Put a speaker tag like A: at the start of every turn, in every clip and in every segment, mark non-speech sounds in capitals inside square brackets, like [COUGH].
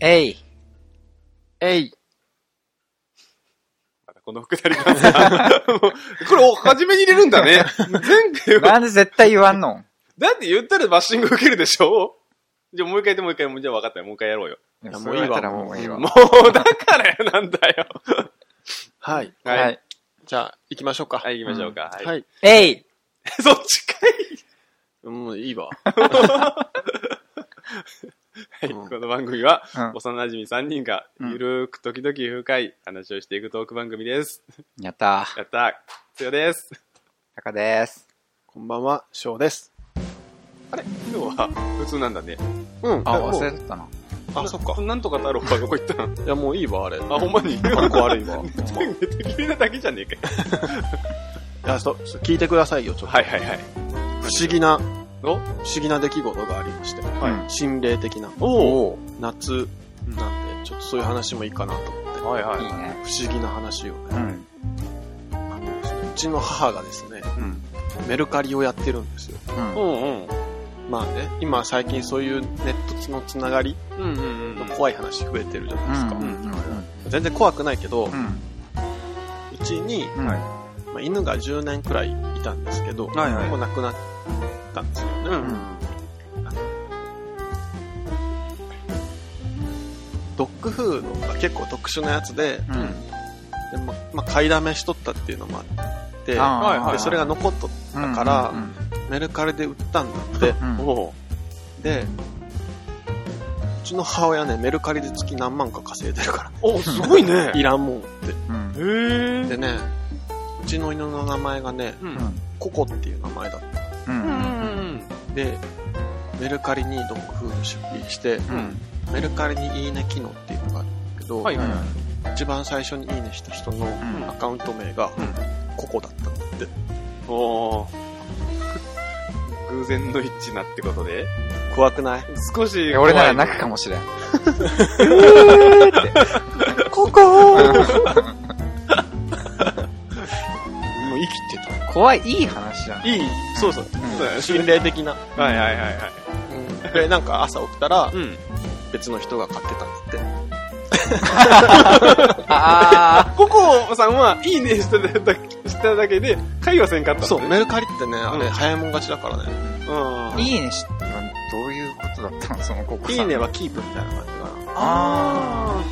A: えい。
B: えい。
C: またこのくだりがさ、もうこれ、初めに入れるんだ [LAUGHS] ね。前回は、
A: なんで絶対言わんの
C: だって言ったらバッシング受けるでしょじゃあもう一回でもう一回、じゃあ分かったよ。もう一回やろうよ。
A: いや
B: もうい
A: それ
B: いわ
A: 言われたらもういいわ。
C: [LAUGHS] もう、だからよ、なんだよ。
B: はい。
C: はい。
A: は
C: はいい、。
B: じゃあ、行きましょうか。はい。
C: 行きましょうか。はい。
A: えい。
C: そっちかい。
B: もういいわ。 [LAUGHS]
C: [LAUGHS] はい、
B: うん
C: この番組は、
A: うん
C: 幼馴染3人がゆるーく時々深い話をしていくトーク番組です。
A: やったー。
C: やったーつよです。
A: タカです。
B: こんばんは、翔です。
C: あれ今日は普通なんだね。
B: うん。
A: あ、
B: もう
A: 忘れてたな。
B: あ、そっか。
C: なんとか太郎はどこ行ったん
B: いや、もういいわ、あれ。
C: あ、ほんまに。
B: かっこ悪いわ。ほんまい
C: 寝てきりなだけじゃねえかよ。
B: や、そう、そう聞いてくださいよ、ちょっと。
C: はいはいはい。
B: 不思議な、
C: の
B: 不思議な出来事がありまして。
A: はい
B: 心霊的な。
C: おお
B: 夏なんで、ちょっとそういう話もいいかなと思って。
C: はいはい
A: いいね。
B: 不思議な話を
A: う
B: ね。
A: ん。
B: あのうちの母がですね、
C: うん。
B: メルカリをやってるんですよ。
A: うん。
C: うんうん。
B: まあね、今最近そういうネットのつながり
C: うんうん
B: の怖い話増えてるじゃないですか。
A: うんうん
B: 全然怖くないけど、う
A: うん。
B: ちに、
A: うん。は
B: まあ、犬が10年くらいいたんですけど、
A: はいはい
B: もう亡くなったんですよね。
C: うん
B: ドッグフードが結構特殊なやつ
A: い。
B: で、
A: うん。
B: でままあ、買いだめしとったっていうのもあって、
A: あー
C: はいはい
B: でそれが残っと
A: うん
B: だから
A: うん
B: メルカリで売ったんだって。
A: うん
C: おお
B: で、うちの母親ね、メルカリで月何万か稼いでるからね。
C: おすごいね。
B: いらんもんって。
A: うん。
C: へ
B: でね、うちの犬の名前がね、
C: う。
A: うんん。
B: ココっていう名前だっ
A: う。
C: うんん。
B: た。で、メルカリにドッグフード出品して、
A: うん。
B: メルカリにいいね機能っていうのがあるけど、
C: はいはいはい。
B: 一番最初にいいねした人の
A: ん
B: アカウント名が
C: うん
B: ココだったんだって。
C: おお偶然の一致なってことで
B: 怖くない
C: 少し
A: 俺なら泣くかもしれん。
B: ココもう生きてた。
A: 怖い、いい話じゃん。
B: いい、そうそう。
C: そうだね
B: 心霊的な。
C: はいはいはいはい。
B: で、なんか朝起きたら
C: うん。
B: 別の人が買ってたんだって。
A: あ
C: ココさんは、いいねしただけしただけで、会話せんかったの
B: そう、
C: ね。
B: メルカリってね、あれ
C: うん
B: 早いもん勝ちだからね。
C: うん。
A: あ、いいねし、どういうことだったのそのここ
B: いいねはキープみたいな感じかな。
A: あ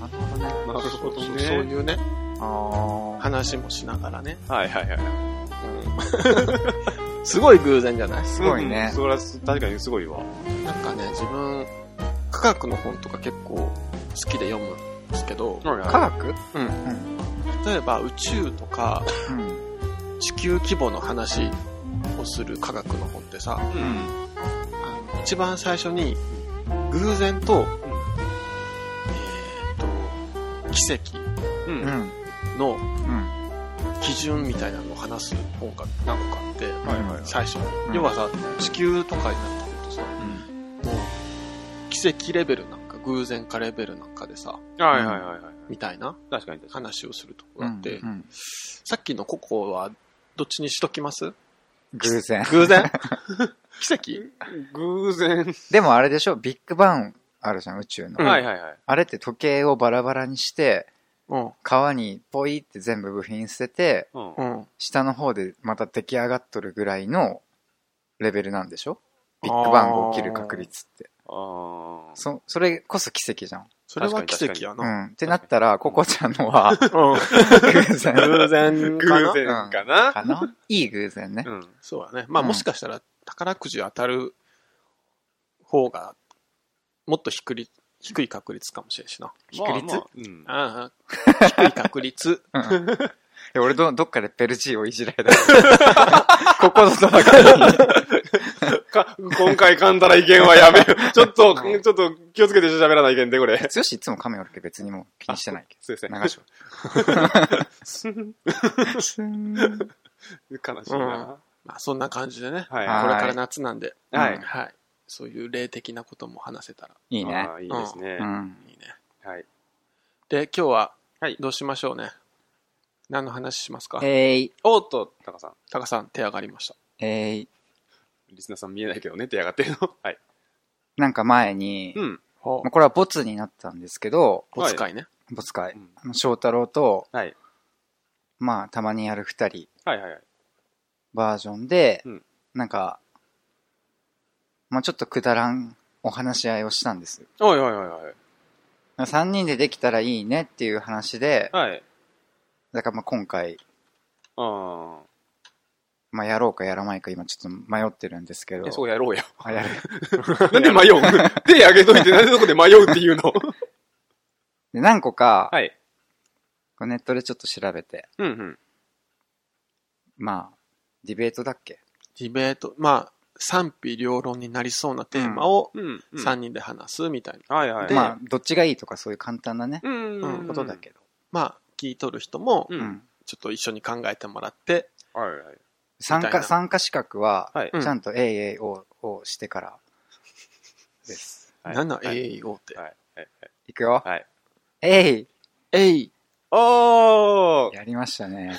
A: あ。なるほどね。
C: なるほど
B: そう
C: ね。
B: そういうね、
A: あ
B: 話もしながらね。
C: はいはいはい。 [LAUGHS]
B: うん [LAUGHS] すごい偶然じゃない
A: すごいね
C: うんそれは確かにすごいわ。
B: なんかね、自分、科学の本とか結構好きで読むんですけど、
A: あ。科学
B: うん
A: ん
B: 例えば宇宙とか
A: うん。
B: 地球規模の話をする科学の本ってさ、
C: う。
A: うんん。
B: あの一番最初に偶然と、えー、と、奇跡
C: うん。
A: うん。
B: の
A: うん。
B: 基準みたいなのを話す本が何個かあって、
C: はいはいはい。
B: 最初
A: う
B: に。
A: ん
B: 要はさ、地球とかになってくるとさ、もう奇跡レベルなんか偶然かレベルなんかでさ、
C: はいはいはいはい。
B: みたいな
C: 確かに確かに。
B: 話をするとこ
A: う
B: があ
A: ん。
B: って、
A: うん
B: さっきのココはどっちにしときます
A: 偶然。
B: 偶然 [LAUGHS] 奇跡
C: 偶然。
A: でもあれでしょビッグバンあるじゃん、宇宙の。
B: うん
C: はいはいはい。
A: あれって時計をバラバラにして、
B: うん。
A: 川にポイって全部部品捨てて、
C: うん。
B: うん。
A: 下の方でまた出来上がっとるぐらいのレベルなんでしょビッグバンが起きる確率って。
C: ああ。
A: そ、それこそ奇跡じゃん。
B: それは奇跡や
A: うん。
B: な。
A: ってなったら、ココちゃんのは偶然
B: 偶
C: 偶
B: 然かな。
C: 然かな。
A: かないい偶然ね
C: う。ん。
B: そうだね。まあ
A: うん
B: もしかしたら宝くじ当たる方がもっと低い低い確率かもしれんしな。
A: 確率
C: まあまあうん。
B: ああ、低い確率。 [LAUGHS]
A: うんいや俺ど、どっかでベルジーをいじられた。ここの戦いに。
C: か、 [LAUGHS] 今回噛んだらいけんわ、やめよ。
A: [LAUGHS]
C: ちょっと、ちょっと気をつけて喋らないけんで、これ。
A: 強しいつも亀おるけど別にもう気にしてないけ
C: そうです
A: ど。
C: ね。
A: 流しは
C: [LAUGHS] 悲しいな。
B: まあそんな感じでね。こ
C: はい。
A: あー
B: れから夏なんで。
C: は
B: うん
C: い。
B: はい。そういう霊的なことも話せたら
A: いいね。
C: あーいいですね
A: う。ん。
B: いいね。
C: はい。
B: で、今日は
C: はい
B: どうしましょうね。何の話しますか
A: えい、
C: おっと、タカさん。
B: タカさん手上がりました。
A: えい。
C: リスナーさん見えないけどね、手上がってるの。はい。
A: なんか前に
C: う、ん。
B: は
A: まあこれはボツになったんですけど、
B: お使いね。
A: ボツ会
C: う。ん
A: あの翔太郎と、
C: はい。
A: まあ、たまにやる二人
C: はいはいはい。
A: バージョンで、
C: うん
A: なんか、まあちょっとくだらんお話し合いをしたんです。
C: はいはいはいはい。
A: 3人でできたらいいねっていう話で、
C: はい。
A: だからまあ今回、
C: あ
A: まあやろうかやらないか今ちょっと迷ってるんですけど
C: あ。、そうやろうよ。
A: あやる
C: [LAUGHS] なんで [LAUGHS] 迷う手あげといて、なんでそこで迷うっていうの
A: で何個か、
C: はい。
A: こうネットでちょっと調べて、
C: うんうん。
A: まあ、ディベートだっけ
B: ディベート、まあ、賛否両論になりそうなテーマを
C: うん、うん。
B: 3人で話すみたいな。
C: はいはい。
B: で
A: まあ、どっちがいいとかそういう簡単なね、
C: うん
B: うん
C: うん。
A: ことだけど。
B: まあ、聞いとる人も
C: う、ん。
A: うん
B: ちょっと一緒に考えてもらって、
C: はいはい。
A: 参
B: みたい
A: 加、
B: な
A: 参加資格は、
C: はい
B: うん
A: ちゃんと AAO をしてからです。
C: はい
B: なんなん
C: はい
B: AAO って。
C: はい。はい。
A: いくよ。
C: はい。
A: えい
B: えい
C: おー
A: やりましたね。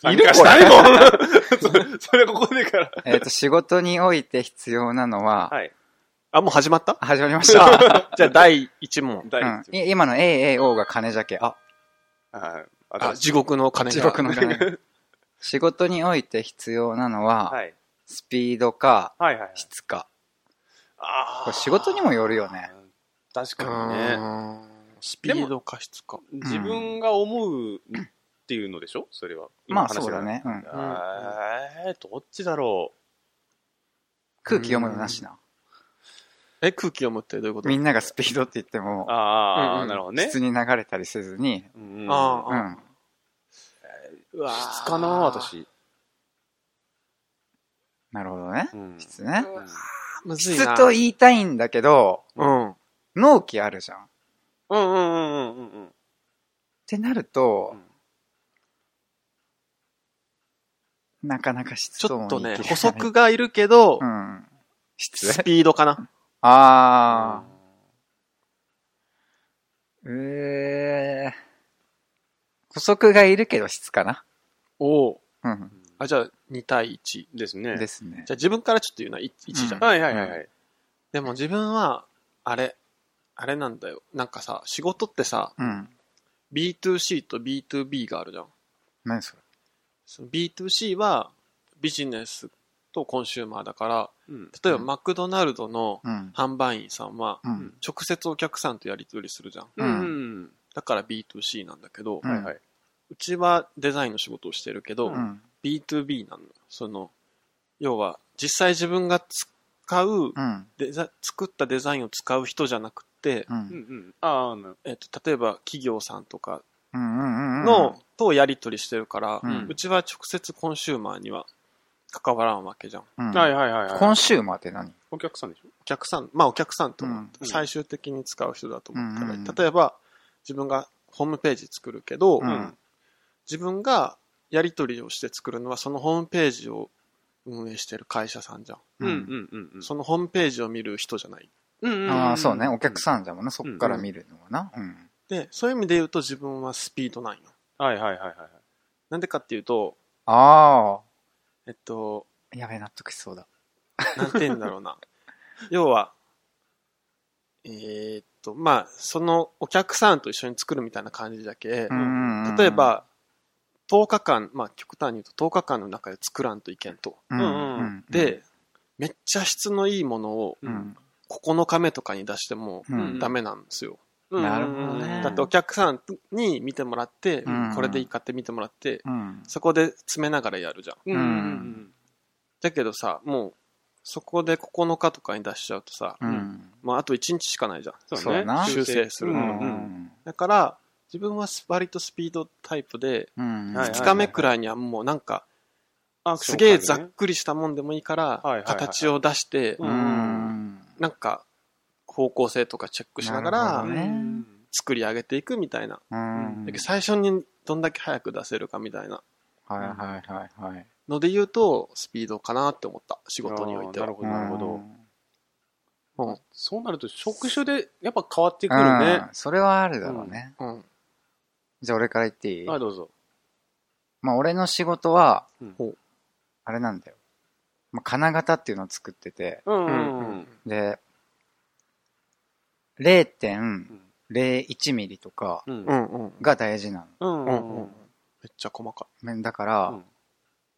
C: 参加したいもん [LAUGHS] そそれここでから。
A: えっと、仕事において必要なのは、
C: [LAUGHS] はい。
B: あ、もう始まった
A: あ始まりました。
C: [LAUGHS]
B: じゃあ第1問。
C: 第
A: うん
C: 一、
A: い今の AAO が金じゃけ。あ、
C: はい。
B: あ、
C: 私
B: 地獄の金
A: 地
B: が。
A: 獄の金。仕事において必要なのは、
C: はい。
A: スピードか、
C: はいはいはい。
A: 質か。
C: あ
A: これ仕事にもよるよね。。
C: 確
B: う
C: かにね。
B: ーん。スピード過失か。
C: 自分が思うっていうのでしょそれは。
A: まあ
C: 今話
A: そう
C: が
A: だ。ね。うん。
C: えー、どっちだろ
A: 空気読むのなしな。
B: え、空気読むってどういうこと
A: みんながスピードって言っても
C: う。、あ
B: うん
C: あ、
B: うん
C: なるほどね
A: 質。に流れたりせずに、
C: うんうん
B: あ
A: う
B: あ
A: ん。
B: うわー
C: 質かな、私。
A: なるほどね
C: う。ん
A: 質ね。
B: うんむずいな。
A: 質と言いたいんだけど、
B: うん。
A: 納期あるじゃん。っ
C: うんうんうんうんうん
A: てなると
C: う、ん。
A: なかなか質
B: ち
A: と
B: ょ
A: も
B: っとね、
A: 言い切
B: 補
A: れない
B: 足がいるけど
A: う、ん。質
B: スピードかな。
A: ああ。ええ補足がいるけど質かな。
B: おお。
A: うん。
B: あ、じゃあ、2対1。じ
C: ですね。
A: ですね
B: ゃあ。自分からちょっと言うな、1じゃん。
C: はいはいはいはい。
B: でも自分は、あれ、あれなんだよ。なんかさ、仕事ってさ、
A: うん。
B: B2C と B2B があるじゃん。
A: 何それ
B: その B2C はビジネスとコンシューマーだから、
C: うん
B: 例えば
A: うん
B: マクドナルドの
A: うん。
B: 販売員さんは、
A: うん。
B: 直接お客さんとやり取りするじゃん。
C: うん
B: だから B2C なんだけど、
A: う
C: うんん。はいはい。
B: うちはデザインの仕事をしてるけど、
C: う
A: うん
B: B2B なの。その、要は、実際自分が使う、
A: うん。
B: デザ作ったデザインを使う人じゃなくて、
A: うん。う
C: うん
A: ん
C: うん。ああ、なる
B: えっと、例えば企業さんとか
A: うん。うん。
B: の、とやり取りしてるから、
A: う
B: うんちは直接コンシューマーには関わらんわけじゃん。
A: うん、
C: ほどはいはいはい
A: コ
C: はい。
A: ンシューマーって何
C: お客さんでしょ
B: お客さん、まあお客さんと
A: うん
B: 最終的に使う人だと思うから、
A: うん
B: 例えば自分がホームページ作るけど、
A: うん
B: 自分がやり取りをして作るのはそのホームページを運営してる会社さんじゃん。
A: うん
C: んうんうん
B: そのホームページを見る人じゃない。
C: うんうんん
A: ああ、そうね。お客さんじゃもんな。そっから見るのはな。うん。
B: で、そういう意味で言うと自分はスピードなんよ。
C: はいはいはいはいはい。
B: なんでかっていうと、
A: あ
B: えっと、
A: あ。やべえ、納得しそうだ。
B: なんて言うんだ
A: [LAUGHS]
B: ろうな。要は、えーっと、まあ、そのお客さんと一緒に作るみたいな感じだけ、
A: うんうんうん
B: 例え、ば、10日間、まあ、極端に言うと10日間の中で作らんといけんと。
A: うんうん。
B: で、、めっちゃ質のいいものを
A: うん。
B: 9日目とかに出しても
A: うん
B: ダメなんですよ。
C: うん
A: なるほどね
B: だってお客さんに見てもらって、
A: うん
B: これでいいかって見てもらって、
A: うん。
B: そこで詰めながらやるじゃん。
C: うんうん
B: だけどさ、もう、そこで9日とかに出しちゃうとさ、
A: うん。
B: まあ、あと1日しかないじゃん。
C: うん。
A: そうだな
B: 修正する
A: う
B: の
C: うんうん
A: ん。
B: だから、自分はス割とスピードタイプで、
A: うん。
C: はい
B: 2日目くらいにはもうなんか、
C: あ
B: すげえざ
C: そう
B: っくりしたもんでもいいか
C: はいはい
B: ら
C: は、い
B: 形を出して、
C: う
A: うん。
B: なんか、方向性とかチェックしな
A: な
B: がら
A: る
C: か
A: ほど
C: ね
A: ね
B: 作り上げていくみたいな。
A: うん。
B: だけど最初にどんだけ早く出せるかみたいな
A: はいはいはいはい。
B: ので言うと、スピードかなって思った。仕
C: 仕事
B: 事
C: に
B: に
C: お
B: お
C: い
B: い
C: て
B: て
C: はな
B: は
C: る。ほどなるほど。
B: うん
C: そうなると職種でやっぱ変わってくる
A: うん
C: ね。
A: それはあるだろうね。
B: うん。
A: じゃあ俺から言っていい
C: あどうぞ。
A: まあ俺の仕事は
C: うん、
A: あれなんだよ。まあ金型っていうのを作ってて、
C: うん
B: う
C: うんうん
B: ん。
A: で、 0.01ミリとか
C: うん
B: うんうん。
A: が大事な
C: うん
B: う
C: うんん
B: う。
C: うん
B: めっ
C: ん
B: ちゃ細か
A: の。だから、
C: うん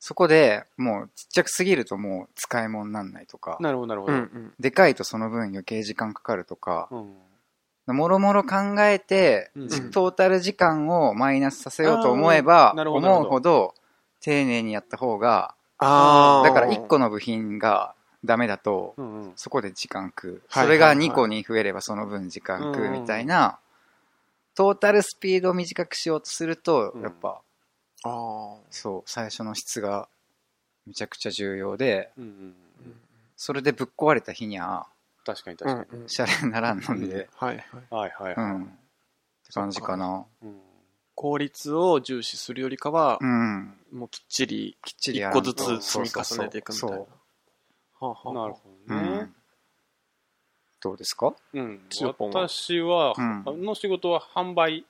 A: そこでもうちっちゃくすぎるともう使い物になんないとか、
C: なるほどなる
B: い。
C: ほど
B: ん
A: でかいとその分余計時間かかるとか、
C: うん
A: もろもろ考えて、
C: うん
A: トータル時間をマイナスさせようと思えば
C: あ、ーなるほどなる
A: 思
C: ほ
A: う
C: ど
A: ほど丁寧にやった方が、
B: ああ。
A: だから1個の部品がダメだと、
C: うんうん
A: そこで時間食う。
B: はい
A: それが
B: はいはい
A: 2個に増えればその分時間食う
C: うん
A: みたいな、トータルスピードを短くしようとすると
C: う、ん
A: やっぱ、
B: あ
A: そう、最初の質がめちゃくちゃ重要で、
C: うんうんうん
A: それでぶっ壊れた日にゃ、
C: 確かに
B: あ。うん
C: 確か
B: うん。
A: シャレにならんの
C: う
A: で、
B: はいはい。
C: にはいはいうは
A: ん。って感じかな。
C: いうん
B: 効率を重視するよりかは
A: う、ん。
B: もうきっちり、
A: きっちり
B: 一
A: やら
B: 個
A: んと
B: ずつ積み重ねていくみたいな。
A: そうそ
B: は
A: う
B: あはあ
C: なるほ
A: う
C: どね
A: んどうですか
C: うん
B: 強っぽんは
C: 私は
A: うん
C: の仕事は販売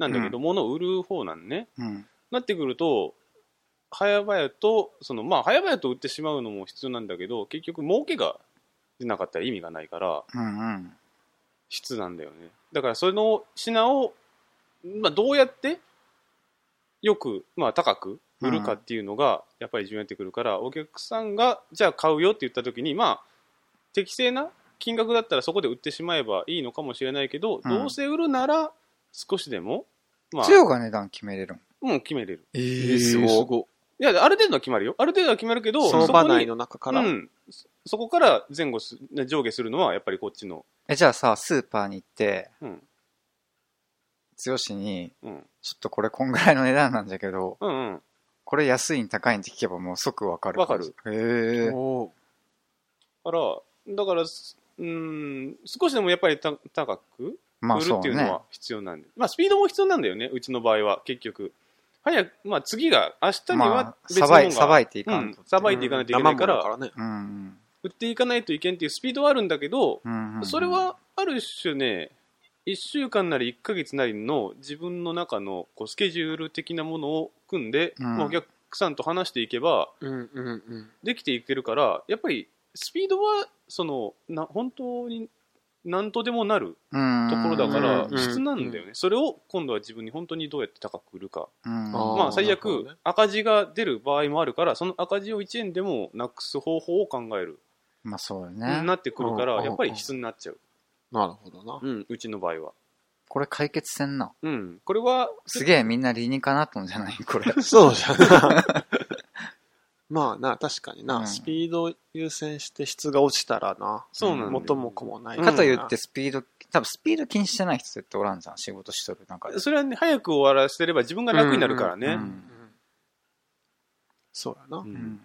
C: なんだけど物を売る方なんね
A: うん。
C: なってくると早々とそのまあ早々と売ってしまうのも必要なんだけど結局儲けが出なかったら意味がないから
A: うんうん。
C: 質なんだよねだからその品を、まあ、どうやってよく、まあ、高く売るかっていうのがやっぱり重要になってくるから、お客さんがじゃあ買うよって言った時にまあ適正な金額だったらそこで売ってしまえばいいのかもしれないけど、
A: うん
C: どうせ売るなら少しでもまあ
A: 強が値段決めれるん
C: うん決めれる
B: え
A: ーすごい
C: いやある程度は決まるよある程度は決まるけど
B: 相場
C: そこ
B: 内
C: に
B: の中から。
C: うん、そそこから前後す上下するのはやっぱりこっちの
A: え、じゃあさ、スーパーに行って、
C: うん
A: 強しに、
C: うん
A: ちょっとこれこんぐらいの値段なんだけど、
C: うんうん
A: これ安いん高いんって聞けばもう即わかる感じ。へえ。
B: お
C: から、だから、すうーん、少しでもやっぱりた高く
A: まあ
C: 売る
A: そ
C: っ
A: う
C: ていうの
A: ね
C: は。必要なんで、まあ、スピードも必要なんだよね、うちの場合は、結局。早く、まあ、次が、明日に
A: ま
C: は
A: あ、
C: 別の
A: さ
C: も
A: ば
C: のが
A: い、さばいていか
C: うんん
A: と。
C: さばいていかないといけないから
B: 生ものだから
A: う
B: ね。
A: ん。
C: 売っていかないといけんっていうスピードはあるんだけど、
A: うんうん。
C: それはある種ね、1週間なり1ヶ月なりの自分の中のこうスケジュール的なものを組んで、
A: うん
C: まあお客さんと話していけば、
B: うんうんうん。
C: できていけるから、やっぱりスピードはそのな本当になんとでもなる
A: うん、
C: ところだか
B: う
C: ら
B: ん
C: 質なんだよね、それを今度は自分に本当にどうやって高く売るか、
A: うん。
B: あー
C: まあ、最
B: なるほ
C: 悪
B: どね
C: 赤字が出る場合もあるからその赤字を1円でもなくす方法を考える、
A: まあそうよね。
C: なってくるか
B: うん
C: らやっぱり質になっちゃう、
B: なるほどな。
C: うん、うちの場合は、
A: これ解決せんな。
C: うん、これは
A: すげえみんな理にかなったんじゃないこれ。
B: そうじゃな。 [LAUGHS] まあな、確かにな、
A: うん
B: スピードを優先して質が落ちたらな、
C: そうなんだよ
B: 元も子もない
C: うん
A: かといってスピード、多分スピード気にしてない人っておらんじゃん、仕事しとる中で。
C: それはね早く終わらせれば自分が楽になるからね、
A: うん
B: うんそうやな、
C: うん
A: うん。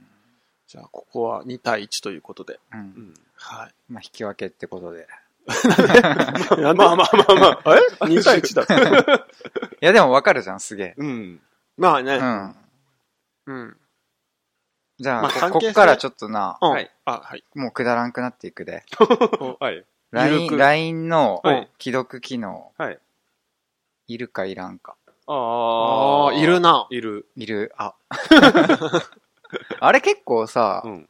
B: じゃあ、ここは2対1ということで。
A: う。
C: うんん
B: は
A: まあ、引き分けってことで。 [LAUGHS]
B: い。 [LAUGHS] ま
C: ま
B: あ
C: あまあまあまあ
B: あ、2対1だった。
A: いや、でもわかるじゃん、すげえ。
C: うん
B: まあ
A: う
B: ね。
A: ん。
B: うん。
A: じゃあ、
B: まあ
A: こ
B: 関係
A: こ
B: 性
A: っからちょっとな、
B: うん
C: はい。
B: あ、はい。
A: もうくだらんくなっていくで。
C: はい、
B: 緩
A: LINE
B: く
A: LINE の
C: はい
A: 既読機能、
C: はい、
A: いるかいらんか。
C: あ
B: ああ、
C: あ
B: いるな。
C: いる、
A: いる、
C: [LAUGHS]
A: あ。あれ結構さ
C: う、ん、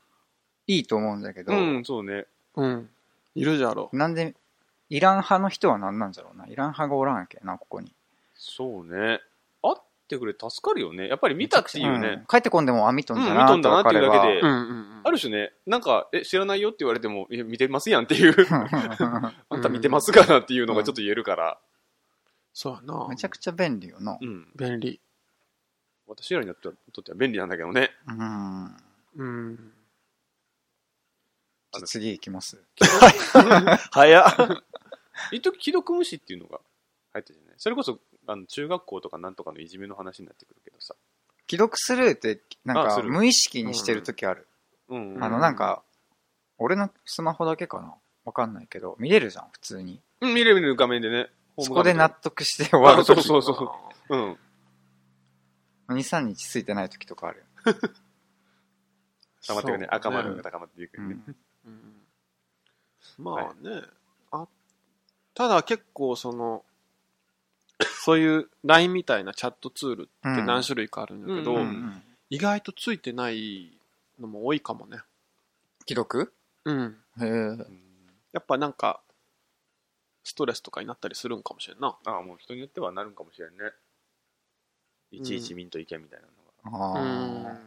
A: いいと思うんだけど、
C: うん、そうね
B: うん。いるじゃろう。
A: なんで、イラン派の人は何なんじゃろうな。イラン派がおらんやけな、ここに。
C: そうね。あってくれ助かるよね。やっぱり見たっていう
A: う
C: ね
A: ん。帰ってこんでも、あ、見とんじゃ
C: うん
A: な
C: 見と
A: っ
C: ん
A: て
C: だな
A: わ
C: って
A: か
C: いう
A: れ
C: だけ
A: ば。。
C: で
B: うんうんうん。
C: ある種ね、なんか、え、知らないよって言われても、いや、見てますやんっていう、 [LAUGHS] あんた見てますかなっていうのがちょっと言えるから。
B: そうやな
A: [LAUGHS] めちゃくちゃ便利よな
C: う。ん。
B: 便利。
C: 私らにとっては便利なんだけどね。
A: うん。
B: うん。
A: じゃあ次行きます。
B: 早っ。
C: 一時既読無視っていうのが入ったじゃない。それこそ、あの、中学校とかなんとかのいじめの話になってくるけどさ。
A: 既読スルーって、なん
C: あ
A: か
C: する
A: 無意識にしてる時ある。
C: うん。
A: あ
B: う
A: の、
B: ん
A: なんか、俺のスマホだけかなわかんないけど、見れるじゃん、普通に。
C: うん、見れる見れる画面でね。
A: そこで納
C: て
A: 得して終わる
C: そう
A: 時。
C: そうそう。うん。
A: 2、3日ついてない時とかある。
C: 高まってくね。赤丸が
B: だ。
C: 高まっていく
A: う
C: ね。
A: ん。
B: うんまあね、あただ結構その、そういう LINE みたいなチャットツールって
A: うん
B: 何種類かあるんだけど、
C: う
A: う
C: んうん
A: ん
B: 意外とついてないのも多いかもね。
A: 既読
B: うん。
A: へえ。
C: うん
B: やっぱなんか、ストレスとかになったりするんかもしれんな。
C: ああ、もう人によってはなるんかもしれんね。いちいちミント意見みたいなのが。
A: ああ。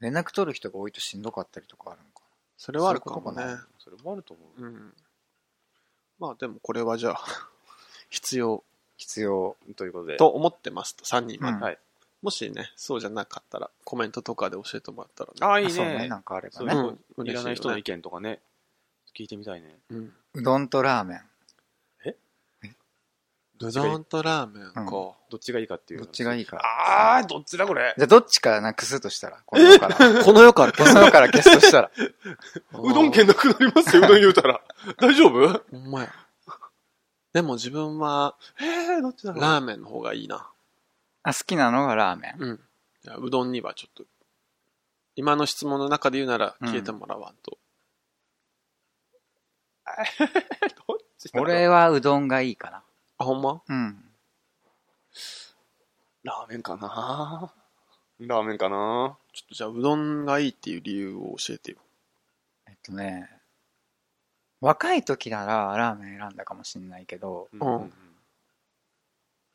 A: 連絡取る人が多いとしんどかったりとかあるのか
B: それはあるかも
A: そうい
B: ね
A: うこ。
C: それもあると思う。
B: うん。まあでもこれはじゃあ、 [LAUGHS] 必要
A: 必要。
C: ということで。
B: と思ってますと、3人は。
A: うん
C: はい。
B: もしね、そうじゃなかったら、コメントとかで教えてもらったらね。
C: ああ、いい
A: あそうね、
C: ね
A: な。んかあれば
C: そう
A: ね。
B: うん、
C: い
B: 嬉
C: ら
B: しよね
C: ない人の意見とかね。聞いてみたいね。
B: うん。
A: うどんとラーメン。
B: うどんとラーメンか。
A: うん
B: こ
C: どっちがいいかっていう
A: ど
C: の。
A: っちがいいか。
C: ああ、どっちだこれ。
A: じゃあどっちからなくすとしたら、この世から。こ
B: の
A: [LAUGHS]
B: 世から消す
A: の世から消すとしたら。
C: うどん県なくなりますよ、うどん言うたら。大丈夫
B: ほんまや。でも自分は、
C: えー、どっちだろう。
B: ラーメンの方がいいな。
A: あ、好きなのがラー
C: [LAUGHS]
A: メン。
B: うん。いやうどんにはちょっと、今の質問の中で言うなら
A: うん
B: 消えてもらわんと。
C: どっちだろう
A: 俺はうどんがいいか
B: あ、ほんま
A: な。うん。
C: ラーメンかなラーメンかな
B: ちょっとじゃあうどんがいいっていう理由を教えてよ。
A: えっとね、若い時ならラーメン選んだかもしんないけど、
C: うん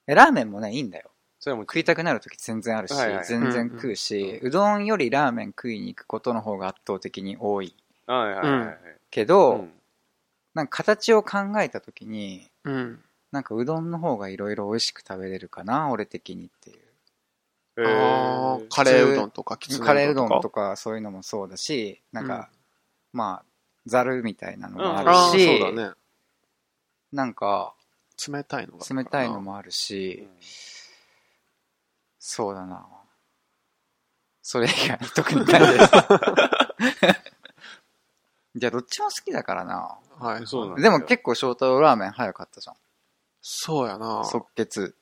A: えラーメンもね、いいんだよ。
C: それはもう
A: 食いたくなる時全然あるし、
C: はいはい
A: 全然食うし、うどんよりラーメン食いに行くことの方が圧倒的に多い
C: はいはいはいはい。
A: けど、
C: うん
A: なんか形を考えた時に、
B: うん。
A: なんかうどんの方がいろいろ美味しく食べれるかな、俺的にっていう。
C: え
B: あー
C: ー
B: カレーうどんとか、きつね
A: カレーうどんと
B: か。
A: かそういうのもそうだし、なんか、まあ、ざるみたいなのもあ
C: うん
B: ああ、
A: るし、
B: そうだね。
A: なんか、
B: 冷たいのがあるからな。
A: 冷たいのもあるし、そうだな。それ以外に特にないです。じゃあ、どっちも好きだからな。
B: はい。
C: そうなんだ
A: でも結構翔太郎ラーメン早かったじゃん。
B: そうやな。
A: 即決。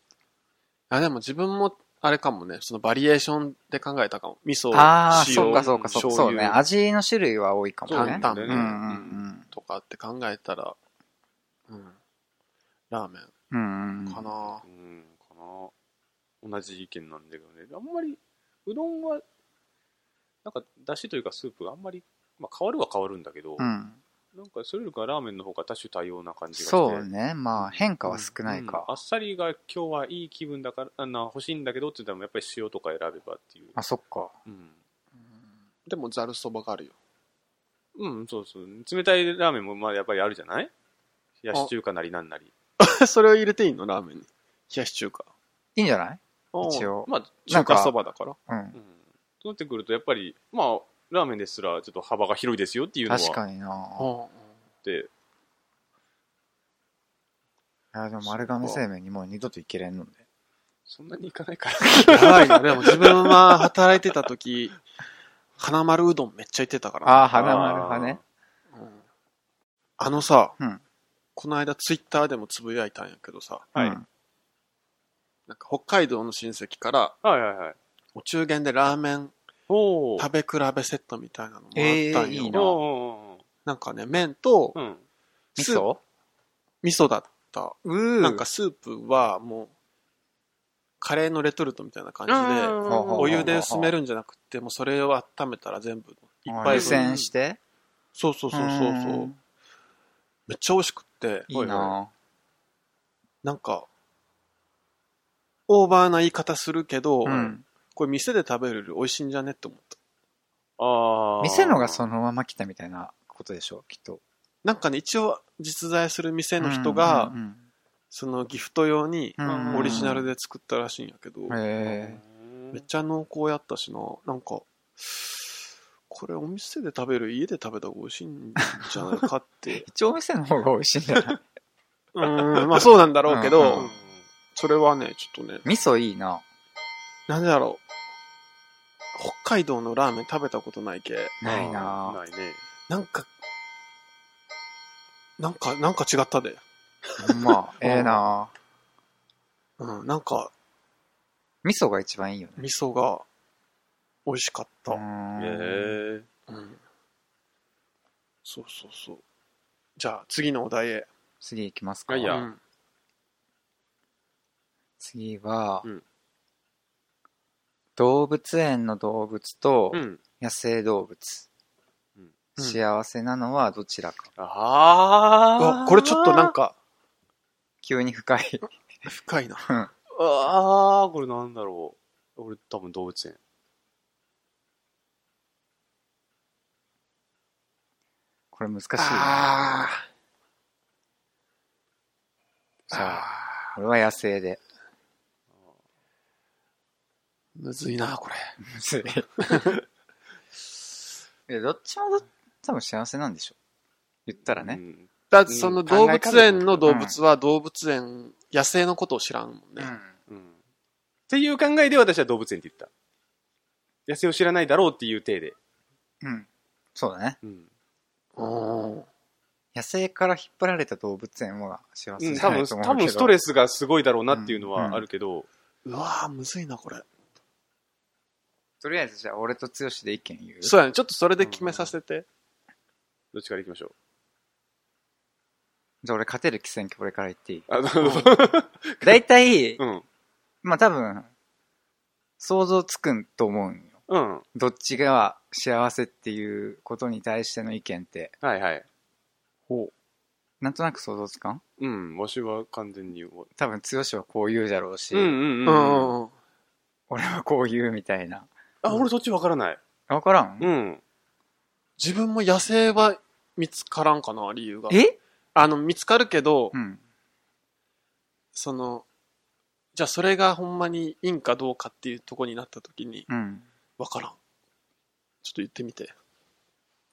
B: あ、でも自分も、あれかもね、そのバリエーションで考えたかも。味噌、
A: ああ、
B: 塩、
A: そうかそうかそうか。
B: 醤
A: そう
B: 油
A: ね。味の種類は多いか
C: そ
A: も
C: う
A: ね。
C: なんだよ
A: う
C: ね
A: んうんうん。
B: とかって考えたら、うん。ラーメ
A: うんうんう
B: ン
A: ん
B: か。な。
C: うん、かな同じ意見なんだけどね。あんまり、うどんは、なんか、だしというかスープ、あんまり、まあ、変わるは変わるんだけど、
A: うん。
C: なんか、それよりかラーメンの方が多種多様な感じがして。
A: そうね。まあ、変化は少ない
C: うんあ
A: か。
C: っさりが今日はいい気分だから、あな欲しいんだけどって言ったら、やっぱり塩とか選べばっていう。
A: あ、そっか。
C: うん。
B: でもざるそばがあるよ。
C: うん、そうそう。冷たいラーメンも、まあ、やっぱりあるじゃない冷やし中華なりなんなり。
B: [LAUGHS] それを入れていいのラーメンに。冷やし中華。
A: いいんじゃない一
C: 一
A: 応
C: まあ、
A: な
B: 中
A: んか
B: 華そばだから。
A: うん
C: う。ん。そうなってくると、やっぱり、まあ、ラーメンですら、ちょっと幅が広いですよっていうのは
A: 確かにな。
B: うん
C: で
A: いや、でも丸亀製麺にもう二度と行けれんので。
C: そんなにいかないから。
B: やばいよ。でも自分は働いてた時、花丸うどんめっちゃ行ってたから。
A: ああ、花丸派ね。
B: うんあのさ、
A: うん
B: この間ツイッターでもつぶやいたんやけどさ、
C: はい
A: うん
B: なんか北海道の親戚から
C: はいはいはい。
B: お中元でラーメン
C: おー。
B: 食べ比べセットみたいなのもあったんよ。
A: えーいいな
C: おー
B: なんかね、麺と
C: うん。うん。
A: 味
B: スープ
A: 噌
B: 味噌だった。
A: うー
B: なんかスープはもう、カレーのレトルトみたいな感じで、お湯で薄めるんじゃなくて、もうそれを温めたら全部いっ
A: あ
B: ぱい
A: 湯
B: 分
A: 煎して。。
B: そうそうそうそうそううんめっちゃ美味しくって、
A: いいな
B: なんか、オーバーな言い方するけど、
A: うん。
B: これ店で食べるより美味しいんじゃねって思った。
C: ああ。
A: 店のが
C: の
A: そのまま来たみたいなことでしょう、きっと。
B: なんかね、一応実在する店の人が、
A: うん
B: そのギフト用に
A: うんうん
B: オリジナルで作ったらしいんやけど、
A: うんへ
B: めっちゃ濃厚やったしな、なんか、これお店で食べる、家で食べた方が美味しいんじゃないかって
A: [LAUGHS] え。。一応お店の方が美味しいんじゃない
B: うーん、まあそうなんだろうけど、
A: うんうん
B: それはね、ちょっとね、
A: [LAUGHS] 味噌いいな
B: なんでだろう。北海道のラーメン食べたことないけ。
A: ないな
C: ないね。
B: なんか、なんか、なんか違ったで。
A: [LAUGHS] ほんまあ、ええな
B: うん、なんか、
A: 味噌が一番いいよね。
B: 味噌が美味しかっ
A: う
B: た。
A: ん
C: ええ。
B: うん。そうそうそう。じゃあ、次のお題へ。
A: 次行きますか。
C: あいや
B: うん
A: 次は
C: うん、
A: 動物園の動物と
C: うん。
A: 野生動物
C: うん。
B: うん
A: 幸せなのはどちらか。
B: う
C: あ
B: わ
C: あ。
B: これちょっとな
C: か。
B: んか、
A: 急に深い。
B: 深いな。
A: うん
C: ああ、これなんだろう。俺多分動物園。
A: これ難しいな。
B: あ
A: じ
B: ー
A: ゃあ、
B: あ
A: これは野生で。
B: ー。むずいな、これ。
A: むずい。 [LAUGHS] いやどっちもど多分幸せなんでしょ。言ったら
C: う
A: ね。
C: ん
B: だってその動物園の動物は動物園、野生のことを知らんもん
A: う
B: ね。
A: ん
C: うんっていう考えで私は動物園って言った。野生を知らないだろうっていう体で。
A: うん。そうだね。
C: うん。
B: うん。
A: 野生から引っ張られた動物園は幸
C: う
A: せ
C: ん
A: じ
C: 多
A: ゃな
C: 分、
A: いと思うけど、
C: 多分ストレスがすごいだろうなっていうのはあるけど、
B: うわー、むずいな、これ。
A: とりあえずじゃあ俺と剛で意見言う
B: そうやね。ちょっとそれで決めさせて。
C: どっちから行きましょう。
A: じゃあ俺勝てる気戦これから言っていい
C: あの、
A: 大体、
C: うん。
A: まあ多分、想像つくんと思うんよ。
C: うん。は
A: どっちが幸せっていうことに対しての意見って、
C: いはい。
A: なんとなく想像つかん
C: うん。わしは完全に。うん
A: 多分、剛はこう言うじゃろうし、
C: うん
B: う。
C: うんん。
B: うん
A: 俺はこう言うみたいな。
C: あ、俺そっちわからない。
A: わからん、
C: うん。
B: 自分も野生は見つからんかな、理由が。
A: え
B: あの、見つかるけど、
A: うん。
B: その、じゃあそれがほんまにいいんかどうかっていうとこになった時に、
A: うん。
B: わからん。ちょっと言ってみて。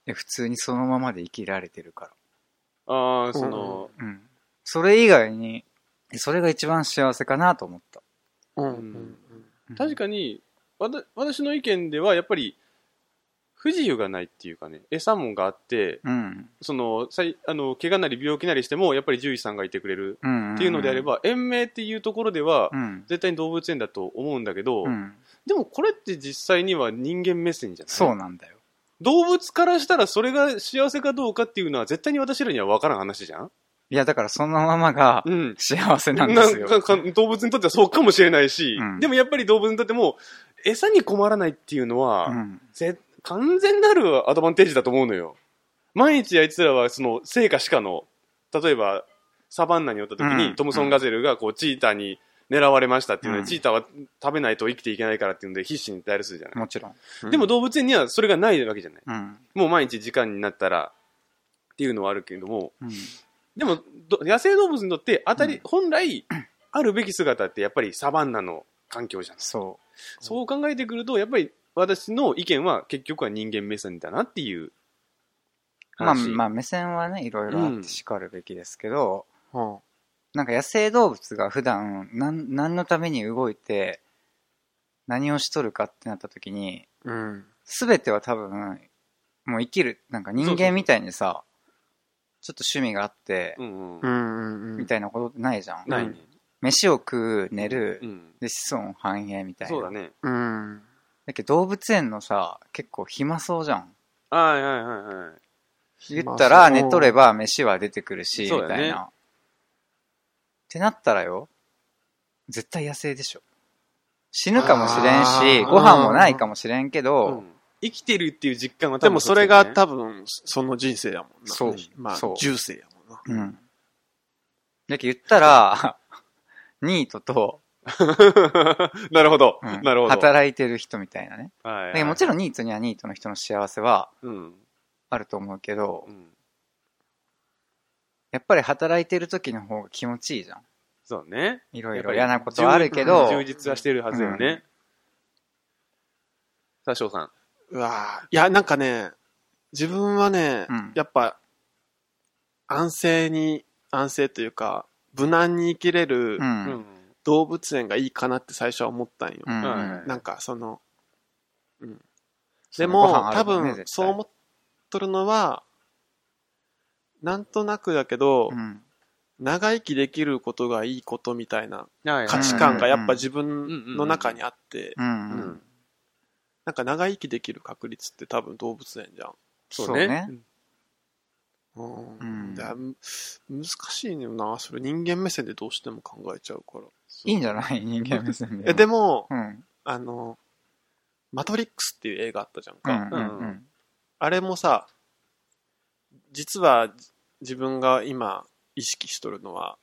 A: え普通にそのままで生きられてるか
C: ああ、その、
A: ら。うん。それ以外に、それが一番幸せかなと思った。
B: うん
C: うん
A: うん
C: 確かに、わた私の意見では、やっぱり、不自由がないっていうかね、餌もんがあって、
A: うん。
C: その、さいあの、怪我なり病気なりしても、やっぱり獣医さんがいてくれる
A: うん、
C: っていうのであれ、ば、延命っていうところでは
A: う、ん。
C: 絶対に動物園だと思うんだけど、
A: うん。
C: でもこれって実際には人間目線じゃない
A: そうなんだよ。
C: 動物からしたらそれが幸せかどうかっていうのは絶対に私らには分からん話じゃん
A: いや、だからそのままが
C: うん。
A: 幸せなんですよ。
C: なんかか動物にとってはそうかもしれないし、
A: うん
C: でもやっぱり動物にとっても、餌に困らないっていうのは、
A: うん。
C: ぜ完全なるアドバンテージだと思うのよ。毎日あいつらはその生か死かの、例えばサバンナにおった時に、
A: うん
C: トムソンガゼルがこうチーターに狙われましたっていうので、
A: うん
C: チーターは食べないと生きていけないからっていうので必死に対応するじゃない。
A: もちろん。
C: でも動物園にはそれがないわけじゃない。
A: うん。
C: もう毎日時間になったらっていうのはあるけれども、
A: うん。
C: でもど野生動物にとって当たり、
A: うん
C: 本来あるべき姿ってやっぱりサバンナの環境じゃない。
A: そ
C: そう考えてくると、やっぱり私の意見は結局は人間目線だなっていう
A: う。まあ、
C: 話。
A: まあ、目線はね、いろいろあって叱るべきですけど、
B: うん
A: なんか野生動物が普段、なん、何のために動いて、何をしとるかってなった時に、
B: うん。
A: すべては多分、もう生きる、なんか人間みたいにさ、ちょっと趣味があって、
C: うんう。
B: うんん。
A: みたいなことってないじゃん。
C: ないね。
A: 飯を食う、寝る
C: う、ん。
A: で、子孫繁栄みたいな。
C: そうだね。
B: うん。
A: だけど動物園のさ、結構暇そうじゃん。
C: はいはいはいはい。
A: 言ったら
B: そう
A: 寝とれば飯は出てくるし、
C: そう
A: み
C: だね
A: たいな。ってなったらよ、絶対野生でしょ。死ぬかもしれんし、
B: あー
A: ご飯もないかもしれんけど、
C: 生きてるっていう実感は多
B: で
C: 分
B: もそれが
C: た
B: 多分、その人生やもんな。
A: そう
B: まあ
A: そう、
B: 重生やもんな。
A: うん。だけど言ったら、 [LAUGHS] ニートと、
C: [LAUGHS] なるほど。
A: うん
C: なるほど。
A: 働いてる人みたいなね。
C: はい
A: だ
C: は
A: け
C: い
A: どもちろんニートにはニートの人の幸せは
C: うん。
A: あると思うけど
C: う、ん。
A: やっぱり働いてる時の方が気持ちいいじゃん。
C: そうね。
A: いろい
C: やっ
A: ろ
C: ぱり
A: 嫌なことはあるけど、
C: 充実はしてるはずだよ
A: うん
C: ね。さあ、翔さん。
B: うわーいや、なんかね、自分はね、
A: うん
B: やっぱ、安静に、安静というか、無難に生きれる
A: うん。
C: うん。
B: 動物園がいいかなって最初は思ったんよ。
A: うん
C: はいはい
B: なんか、その、
A: そ
B: で
A: の
B: も、
A: ご飯ある
B: 多
A: もんね
B: 分、そう思っとるのは、なんとなくだけど、
A: うん
B: 長生きできることがいいことみたいな
C: はい
B: 価値観がやっぱ自分の中にあって、
A: う
C: うん
A: うん
C: ん。
B: なんか長生きできる確率って多分動物園じゃん。
C: そうね。。
B: うん
A: うん
B: だむ難しいのよな。それ人間目線でどうしても考えちゃうから。
A: いいんじゃない人間目線で。
B: えでも、
A: うん。
B: あの、マトリックスっていう映画あったじゃん
A: う
B: か。
A: ん。うん。
C: うん
B: 実は自分が今意識しとるのは、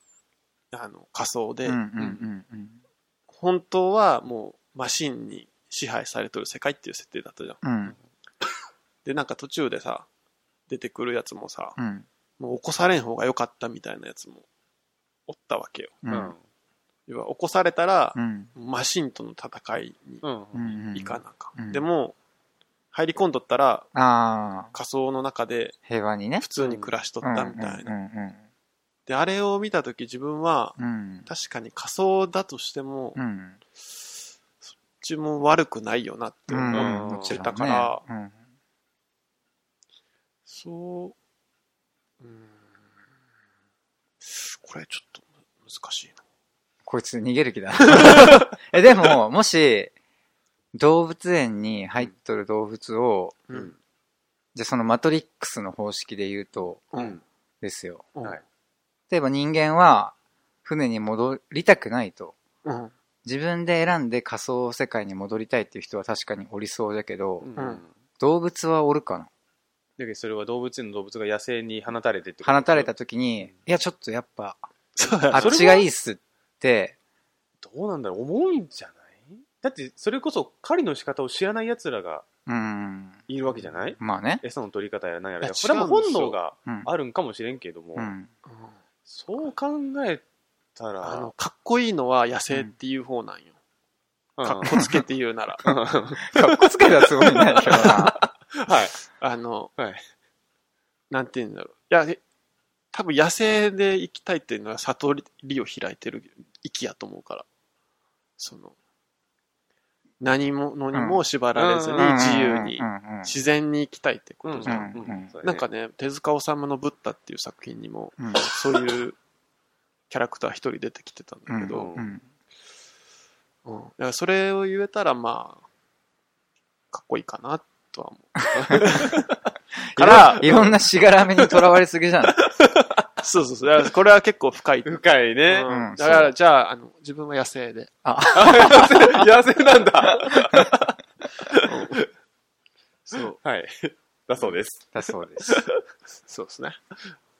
B: あの、仮想で、
A: うんうんうんうん。
B: 本当はもうマシンに支配されとる世界っていう設定だったじゃん。
A: うん
B: で、なんか途中でさ、出てくるやつもさ、
A: うん
B: もう起こされん方が良かったみたいなやつもおったわけよ。
A: うんうん
B: 要は起こされたら
A: う、ん
B: マシンとの戦いに
C: うん。
A: うんうん
B: 行かなあか、
A: うん
B: ん。でも、入り込んどったら
A: ああ
B: 仮想の中で
A: 平和にね
B: 普通に暮らしとったみたいな。
A: な
B: で、あれを見たとき自分は、
A: うん
B: 確かに仮想だとしても、
A: う
B: うんちも悪くないよなって
A: う
B: 思う。
A: ん
C: うん
A: もちろん
B: だから
A: ね
B: そう、うん。これちょっと難しいな。
A: こいつ逃げる気だ。え、でも、もし、動物園に入っとる動物を、
B: うん。
A: じゃあそのマトリックスの方式で言うと、
B: うん。
A: ですよ。
B: うん。
C: はい
A: 例えば人間は、船に戻りたくないと。
B: うん。
A: 自分で選んで仮想世界に戻りたいっていう人は確かにおりそうだけど、
C: うん
B: うん
C: だ
A: 動物はおるかな
C: けどそれは動物園の動物が野生に放たれてってこと
A: 放たれた時に、いや、ちょっとやっぱ、
B: そう
A: あ
B: だ
A: っ
B: ね。
A: ちがいいっすって、
C: どうなんだろう思うんじゃないだってそれこそ狩りの仕方を知らない奴らが
A: うーん、
C: いるわけじゃない
A: まあね。
C: 餌の取り方やら何や
B: い
C: ら
B: や
C: これはもう本能が
A: うん。
C: あるんかもしれんけども、
A: うん。
B: うん
C: そう考えたら
B: あの、かっこいいのは野生っていう方なんよ。
C: うん
B: かっこつけて言うなら。
A: かっこつけたらすごいんだけどな。
C: はい
B: あの、
C: はい
B: なんて言うんだろう。いや、え多分野生で生きたいっていうのは悟りを開いてる息やと思うから。その、何者にも縛られずに
C: うん
B: 自由に
A: うんうんうんうん
B: 自然に生きたいってことじゃん。
A: うんうん
C: そうだね
B: なんかね、手塚治虫のブッダっていう作品にも、
A: うん
B: そういうキャラクター一人出てきてたんだけど、
A: うん
B: うんだからそれを言えたら、まあ、かっこいいかなとは思
A: [LAUGHS]
B: う。から、
A: いろんなしがらみにとらわれすぎじゃない
B: そうそうそう。だからこれは結構深い。うん
C: 深いね、
A: うん
B: だから、じゃあ、あの、自分は野生で。
C: 野生なんだ
A: [LAUGHS]
B: そう。
C: はいだそうです、
A: だそう
C: [LAUGHS]
A: です。
B: そうですね。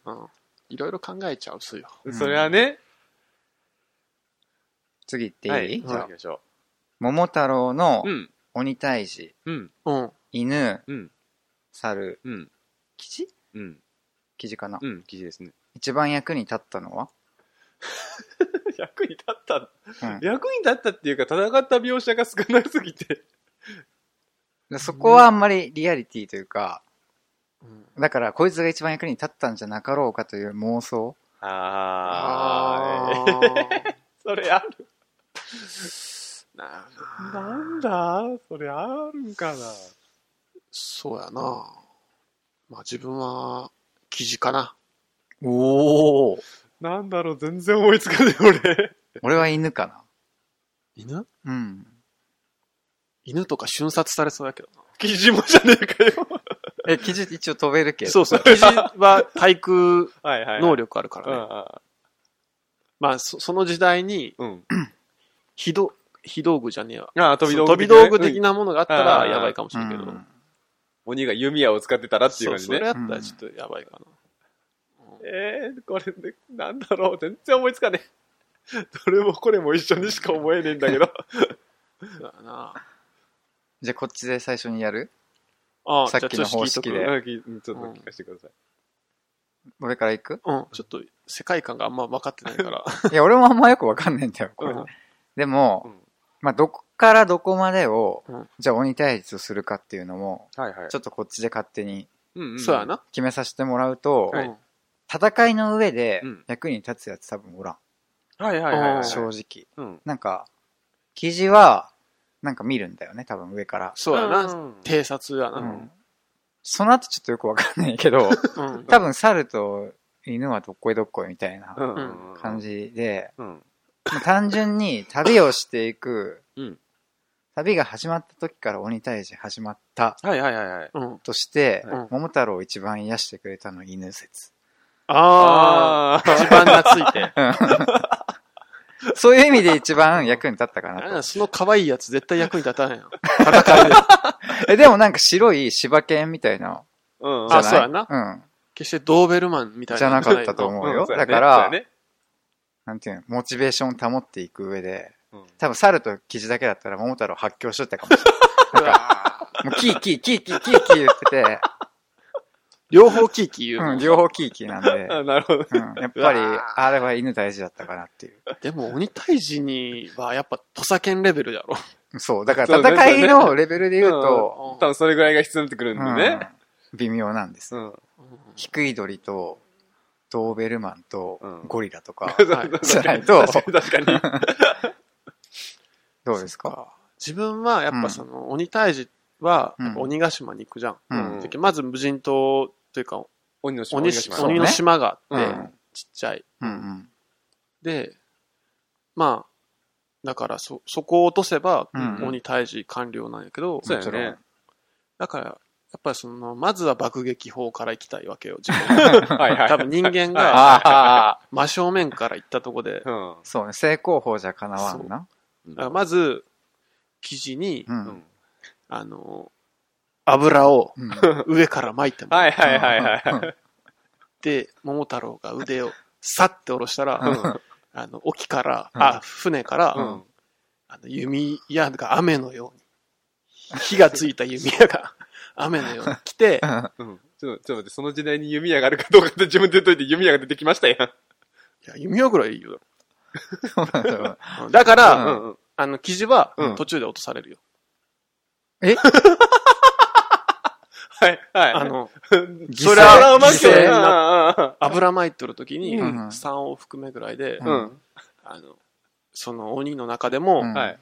B: うん。いろいろ考えちゃうっすよ。
A: うん
C: それはね
A: 次行っていい、
C: はい
A: じ
C: じ
A: ゃ
C: ゃあ
A: あ
C: 行きましょ
A: 桃太郎の
C: ううん
A: 鬼退治、
C: うん
B: うん。
A: 犬、
C: うん
A: 猿、
C: うん
A: キジ
C: うん
A: キジかな、
C: うん記事ですね
A: 一番役に立ったのは、
C: [LAUGHS] 役に立った
A: うん
C: 役に立ったっていうか戦った描写が少なすぎて
A: でそこはあんまりリアリティというか、
B: うん
A: だからこいつが一番役に立ったんじゃなかろうかという妄想。
C: あー
B: ー
C: それあるな
B: なるほど
C: んだそれあるんかな
B: そうやなまあ自分は、記事かな。
A: おお。
C: なんだろう全然思いつかない俺 [LAUGHS]
A: 俺は犬か
B: 犬
A: な。うん。
B: 犬とか瞬殺されそうやけどな。
C: 記事もじゃねえかよ
A: え、キジ一応飛べるけど。
B: そうそう。記事は対空
C: はいはい、はい、
B: 能力あるか
C: う
B: らね。
C: ん
B: まあ、そその時代に、
C: うん
B: 非道、非道具じゃねえわ。
C: ああ
B: 飛
C: 飛
B: び
C: び
B: 道
C: 道
B: 具
C: 具
B: 的,、
C: ね
B: なものがあった
C: う
B: ら
C: ん
B: やばいかもし
A: う
B: れ
A: ん
B: んけど、
C: 鬼が弓矢を使ってたらっていう感
B: そう
C: じ
B: それ
C: ね
B: やったらちょっとやばいかな、
C: えー、これねなんだろう全然思いつかねえどれもこれも一緒にしか思えねえんだけど
B: そうやな
A: じゃあこっちで最初にやる
B: あ
A: さっきの方式で
B: じゃあ
C: うんきちょっと聞かせてください、
A: 俺から行く
B: うんちょっと世界観があんま分かってないから、
A: いや、俺もあんまよくわかんないんだよ、こ
B: う
A: れ。
B: ん
A: でも、
C: うん
A: まあ、どこからどこまでを、
B: うん
A: じゃあ鬼退治をするかっていうのも、
C: はいはい
A: ちょっとこっちで勝手に
C: うんん
B: そうやな、
A: 決めさせてもらうと、
C: はい
B: うん
A: 戦いの上で
C: うん
A: 役に立つやつ多分おらん。
C: はいはいはい、はい、
A: 正
B: う
A: 直。
C: うん
A: なんか、記事は、なんか見るんだよね、多分上から。
B: そうやな、
C: うん
B: 偵察やな、
A: う
B: うんん
A: その後ちょっとよくわかんないけ
C: [LAUGHS]
A: ど、多分猿と犬はどっこいどっこいみたいな
C: うん
B: うん
A: 感じで、
C: うん
A: まあ単純に旅をしていく、
C: うん
A: 旅が始まった時から鬼退治始まった
C: はいはいはいはい
B: うん
A: [LAUGHS] として、
B: はい
A: 桃太郎を一番癒してくれたの犬説。
B: あ
C: あ
B: あ
C: ー
B: 地盤がついて
A: そういう意味で一番役に立ったか
B: あれ
A: な
B: な
A: と。
B: その可愛いやつ絶対役に立たないよ
A: えでもなんか白い柴犬みたいな。
C: うん
A: じゃな
B: あ
A: い
B: そうやな
A: うん。
B: 決してドーベルマンみたいな
A: じゃなかったと思うよ
C: んそやね
A: だから
C: そうやね
A: なんていうの、モチベーションを保っていく上で、
C: うん
A: 多分猿とキジだけだったら桃太郎発狂しとったかもしれない。なん
C: [LAUGHS]
A: か、
B: [LAUGHS]
A: もうキーキーキーキーキーキー言ってて、
B: 両方キーキー言う
A: う
B: の
A: ん、両方キーキーなんで、
C: あなるほど。
A: うん、やっぱり、あれは犬大事だったかなっていう。
B: でも鬼退治にはやっぱ土佐犬レベルやろ。
A: そう、だか
C: そうね
A: ら戦いのレベルで言うと、
C: 多分それぐらいが必要になってくるん
A: うん
C: でね。
A: 微妙なんです。
C: うん。
A: 低い鳥と、ドーベルマンと
C: うん
A: ゴリラと
C: [LAUGHS]
A: か、
B: はい
A: じゃないと、
C: 確かに。確か
A: どうですか
B: 自分はやっぱその鬼退治はやっぱ鬼ヶ島に行くじゃん。
A: う
C: に。
A: ん
B: でまず無人島というか
C: 鬼の島。
B: 鬼
C: の島
A: そうね
B: 鬼の島があ
A: う
B: って、
A: ん
B: ちっちゃい。
A: うんうん。
B: で、まあ、だからそ、そこを落とせば、
A: うん
B: 鬼退治完了なんやけど、
C: そう
A: もちろ
C: やね
A: ん。
B: だから、やっぱりその、まずは爆撃砲から行きたいわけよ、自分
A: [LAUGHS]
C: はいはい。
B: 多分人間
C: はい
B: が
A: ああ、
B: 真正面から行ったとこで、だか
C: うん
A: そうね、正攻法じゃかなわんな。
B: らまず、生地に、
A: う。
C: うんん。
B: あの、油を
A: うん
B: 上から撒いてもら
C: は
B: っ
C: いはいはいはい。
B: て、桃太郎が腕をさって下ろしたら、
A: うん
B: あの、沖から、
A: うん
B: あ、船から、
C: うん。
B: あの弓矢が雨のように、火が
C: [LAUGHS]
B: ついた弓矢が雨のように来て、
C: うん。ちょっと、ちょっと待って、その時代に弓矢があるかどうかって自分で言っといて弓矢が出てきましたやん。
B: いや、弓矢ぐらいいいよ。
A: [LAUGHS] そうなんだよ
B: うんだから、
A: うん
C: うん。
B: あの、生地は
C: うん
B: 途中で落とされるよ。
C: はいはい。
B: あ、の、
A: そ
B: そ
A: れ
B: れ
A: は
B: は
C: うまく
B: 犠牲になっ
C: な
B: 油撒いてる時に、
C: うん
B: 3往復目ぐらいで、
A: う
C: うん。
B: あの、その鬼の中でも、
A: うん
C: はい。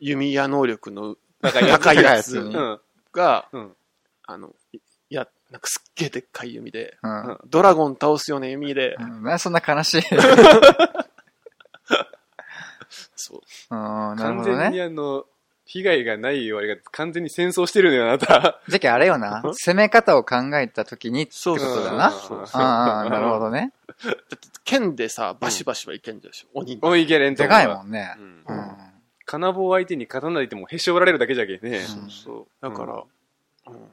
B: 弓矢能力の
C: 仲
B: 高いやつ
A: 高いやつ
C: うん。
B: が、
C: うん
B: あの、いいや、なんかすっげえでっかい弓で、
A: うん
B: ドラゴン倒すような弓で、
A: うんなそんな悲しい。
B: そう。
A: うん、
C: [LAUGHS]
A: なる
C: 完
A: ほど
C: 全
A: ね
C: に。あの、被害がない終わりが完全に戦争してるのよ、あなた。
A: じゃけあれよな。攻め方を考えた時にって
B: そ
A: こ
B: うそう
A: とだな。
C: そう [LAUGHS] そう
A: ああ、なるほど
C: [LAUGHS]
A: ね。
B: だって剣でさ、バシバシはいけんじゃんでしょ、鬼の。
C: おいけれんと
A: で
C: 思う
A: かいもんね。
C: うん
A: うん。
C: 金棒相手に刀でいてもへし折られるだけじゃけえね。
B: そうそう。だから、うん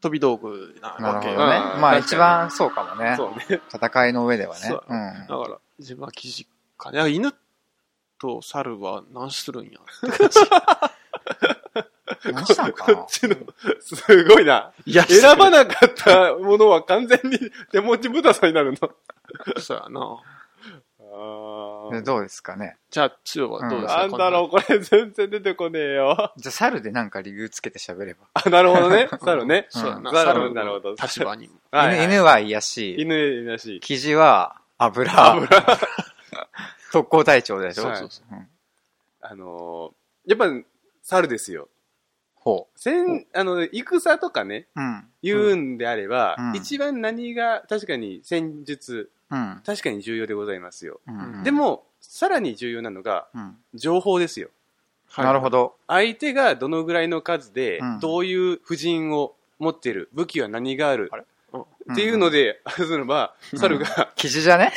B: 飛び道具な
A: なる
B: わ
A: ほ
B: け
A: どね。
B: よ。
C: うん
A: まあ
C: 確かに
A: 一番そうかもね。
C: そうね。
A: 戦いの上ではね
B: そう。
A: うん。
B: だから、自分は生地かね。犬と猿は何するんや。
A: 何したんか
C: こ
A: な
C: [LAUGHS] っちの、すごいな。
B: いや
C: 選ばなかったものは完全に手持ち豚さんになる
B: そうやな。
C: の。あ
A: で
C: ー
A: どうですかね。
B: じゃあ、つよはどうです
C: な
B: か、
C: んだろう、これ全然出てこねえよ。
A: じゃあ猿でなんか理由つけて喋れば。
C: あ、なるほどね。
B: こんな
C: 猿ね。
B: そうやな。
C: うん猿
B: 猿
C: なるほど
B: の立場にも。
C: はい
A: 犬犬は癒し、
C: 犬らしい。
A: 生地は油。特攻隊長でしょ。
B: そうそうそう。
A: うん
C: あのー、やっぱ、猿ですよ。
A: ほ
C: 戦、あの、戦とかね、
A: う。うん。
C: 言うんであれば、
A: うん
C: 一番何が確かに戦術、
A: うん。
C: 確かに重要でございますよ。
A: うん
C: で、も、さらに重要なのが、
A: うん
C: 情報ですよ。
B: はい
A: なるほど。
C: 相手がどのぐらいの数で、
A: うん
C: どういう布陣を持ってる、武器は何がある
B: あれう
C: っていうので、あれすれば、猿が、
A: 生地じゃね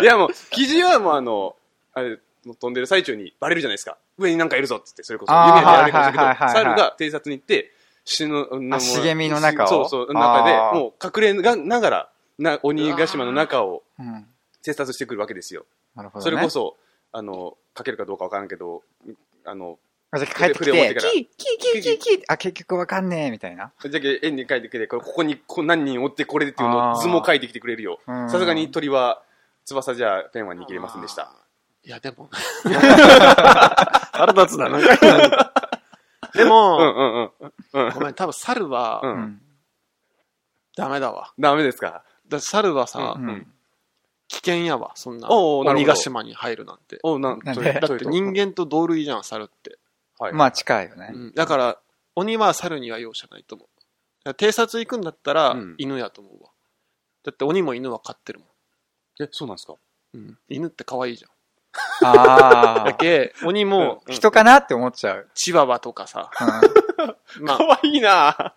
C: いやもう、記事はもうあの、あれ、飛んでる最中にバレるじゃないですか。上になんかいるぞっつって、それこそ、
A: あー
C: 夢でやるかもしれ
A: は
C: ないい
A: はいはいはい
C: 猿が偵察に行って、死ぬ、もう
A: 茂みの中を
C: そうそう、中で
A: あー、
C: もう隠れがながら、な鬼ヶ島の中を
A: うん。
C: 偵察してくるわけですよ。
A: なるほどね。
C: それこそ、あの、かけるかどうかわからんけど、あの、
A: あ。じゃあ帰ってき、
C: 筆を持ってて
A: キ
C: か
A: ー、
C: ら
A: キー、キー、キー、キー、あ、結局わかんねえ、みたいな。
C: じゃけ、円に書いてくれて、これここにこう何人追ってこれでっていうの
A: あー
C: を図も書いてきてくれるよ。
A: さ
C: さすがに鳥は翼じゃペンは握れませんでした。。
B: いや、でも。腹立つな、なんか。で
C: う
B: も、
C: んうんうん。うん
B: [LAUGHS] ごめん、多分猿は、
C: うん
A: うん。
B: ダメだわ。
C: ダメですか
B: だって猿はさ、
A: う
C: うんん。
B: 危険やわ、そんな。
C: おうおうなるほ
B: 鬼
C: ど
B: ヶ島に入るなんて。
C: おうなん
A: なん
C: と
A: で
C: いう
B: だ
C: とい
B: っ
C: う
B: て
C: と
B: 人間と同類じゃん、猿って。
C: はい。
A: まあ、近いよね
B: う。んだから、鬼は猿には容赦ないと思う。だから偵察行くんだったら
C: うん、
B: 犬やと思うわ。だって鬼も犬は飼ってるもん。
C: え、そうなんですか
B: うん犬って可愛いじゃん。
C: [LAUGHS]
A: あ
B: だけ、鬼も
A: あ。人かなって思っちゃう。
B: チワワとかさ、
A: う
B: ま
C: か
B: あ、
C: わいいな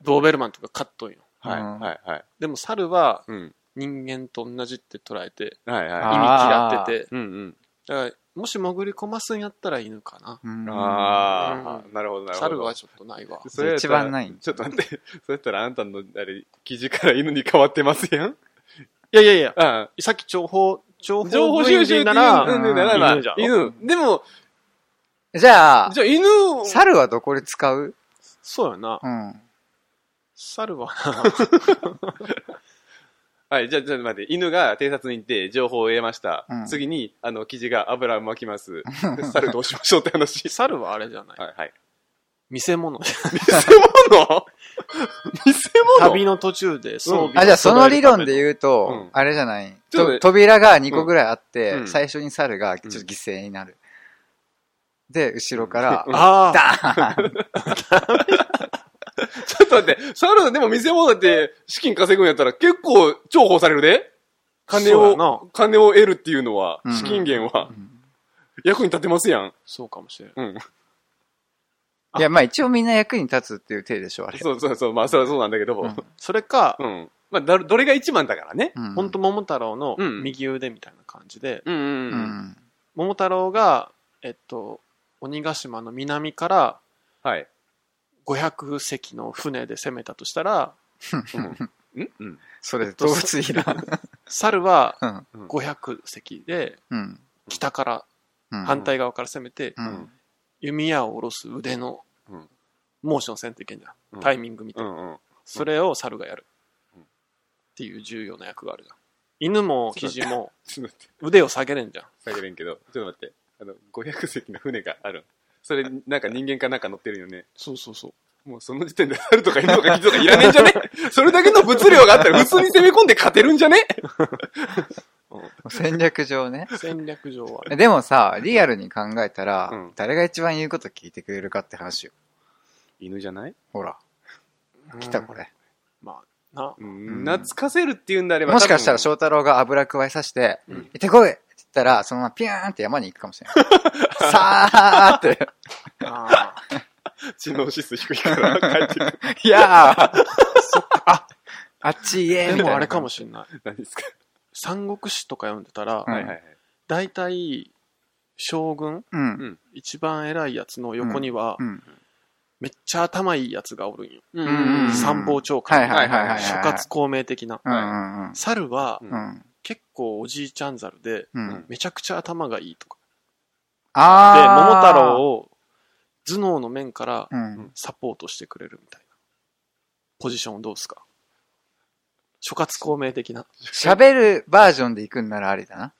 B: ドーベルマンとか飼っとんよ。
C: はい
A: うん
C: はいはい。
B: でも猿は
C: うん。
B: 人間と同じって捉えて、
C: はい
B: 意
A: あ
C: は
B: 味嫌ってて、
C: い。うんうん。
B: だからもし潜り込ますんやったら犬かな。
A: うん
C: ああ、なるほど、なるほど。
B: 猿はちょっとないわ。
C: それやったら
A: 一番ない
C: ちょっと待って。そうやったらあんたの、あれ、記事から犬に変わってますやん
B: いやいやいや、
C: あ
B: さっき情報、情
C: あ情報
B: 報
C: 収
B: 収
C: 集
B: 集
C: なら、
B: な
A: う
B: ら、
A: ん
B: 犬じゃん
C: 犬。でも、
A: じゃあ、
C: じゃあ犬を、
A: 猿はどこで使う
B: そうやな。
A: うん。
B: 猿は [LAUGHS]
C: はい、じゃあ、じゃあ待って、犬が偵察に行って情報を得ました。
A: うん
C: 次に、あの、記事が油を巻きます。猿どうしましょうって話
B: な、。猿はあれじゃない。
C: はい、はい。
B: 見せ物。
C: 見せ物見せ物
B: 旅の途中で装備
A: あ、じゃあその理論で
B: う。
A: 言う
C: うん
A: と、あれじゃない。
C: ちょっと
A: と扉が2個ぐらいあって、
C: うん
A: 最初に猿がちょっと犠牲になる。で、後ろから、
B: ああ、
A: [LAUGHS] ダ
C: [LAUGHS]
A: ーン
C: ちょっと待って、猿でも見せ物って資金稼ぐんやったら結構重宝されるで金
B: そうやな
C: を、金を得るっていうのは
A: う、ん
C: 資金源は
A: ん
C: 役に立てますやん。
B: そうかもしれん。
C: うん。
A: いや、まあ一応みんな役に立つっていう体でしょ、あれ。
C: [LAUGHS] そうそうそう、まあそれはそうなんだけど。
A: うん
B: それか、
C: うん。まあ、どどれが一番だからね。
A: うん
B: ほんと桃太郎の
C: うん
B: 右腕みたいな感じで、
C: うん
A: う。
C: うん
B: 桃太郎が、えっと、鬼ヶ島の南から
C: はい。
B: 500隻の船で攻めたとしたら、
C: うんうん。
A: [LAUGHS] それ動物いらん。
B: 猿は
A: うん
B: 500隻で、
A: うん。
B: 北から、
A: うん
B: 反対側から攻めて、
A: うん
C: うん
B: 弓矢を下ろす腕の
C: うん、
B: モーション戦っていけんじゃ
C: うん
B: ん。タイミングみた
C: う
B: いな。
C: んうん。
B: それを猿がやる
C: うん。
B: っていう重要な役があるじゃん。犬も生地も
C: ちょっと待って、
B: 腕を下げれんじゃん。
C: 下げれんけど、ちょっと待って。あの、500隻の船がある。それ、なんか人間かなんか乗ってるよね。
B: そうそうそう。
C: もうその時点で猿とか犬とか木とかいらねえんじゃ [LAUGHS] ねそれだけの物量があったら普通に攻め込んで勝てるんじゃね
A: 戦略上ね。
B: 戦略上
A: [LAUGHS]
B: はね。
A: でもさ、リアルに考えたら、
C: うん
A: 誰が一番言うこと聞いてくれるかって話よ。
C: 犬じゃない
A: ほら、来たこ
B: れ。
A: れ。
B: まあ、な。
C: うん懐かせるっていうんであれば。
A: もしかしたら
C: 多
A: 翔太郎が油加えさして、
B: うん
A: 行ってこいって言ったら、そのままピューンって山に行くかもしれ [LAUGHS] ない。さーって、
B: あー
C: 分知能指数低いから帰ってくる。
A: いやーあっちへーみたい
B: でも
A: な。
B: あれかもしれない。
C: 何ですか
B: 三国志とか読んでたら、
A: うん
C: はいはいはい。
B: 大体、将軍、
A: うん。
B: 一番偉いやつの横には
A: う、ん。
B: めっちゃ頭いいやつがおるんよ。
C: うんん
A: うん
B: 参謀長
A: はい
B: 官。
A: はいはいはいはい。
B: 諸葛孔明的な。
A: うんうんうん。
B: 猿は
C: う、
A: うん。
B: 結構おじいちゃん猿で、
A: うん。
B: めちゃくちゃ頭がいいとか。で、
A: あー。
B: 桃太郎を頭脳の面から
A: うん。
B: サポートしてくれるみたいな。ポジションをどうすか諸葛孔明的な。
A: 喋るバージョンで行くんならありだな。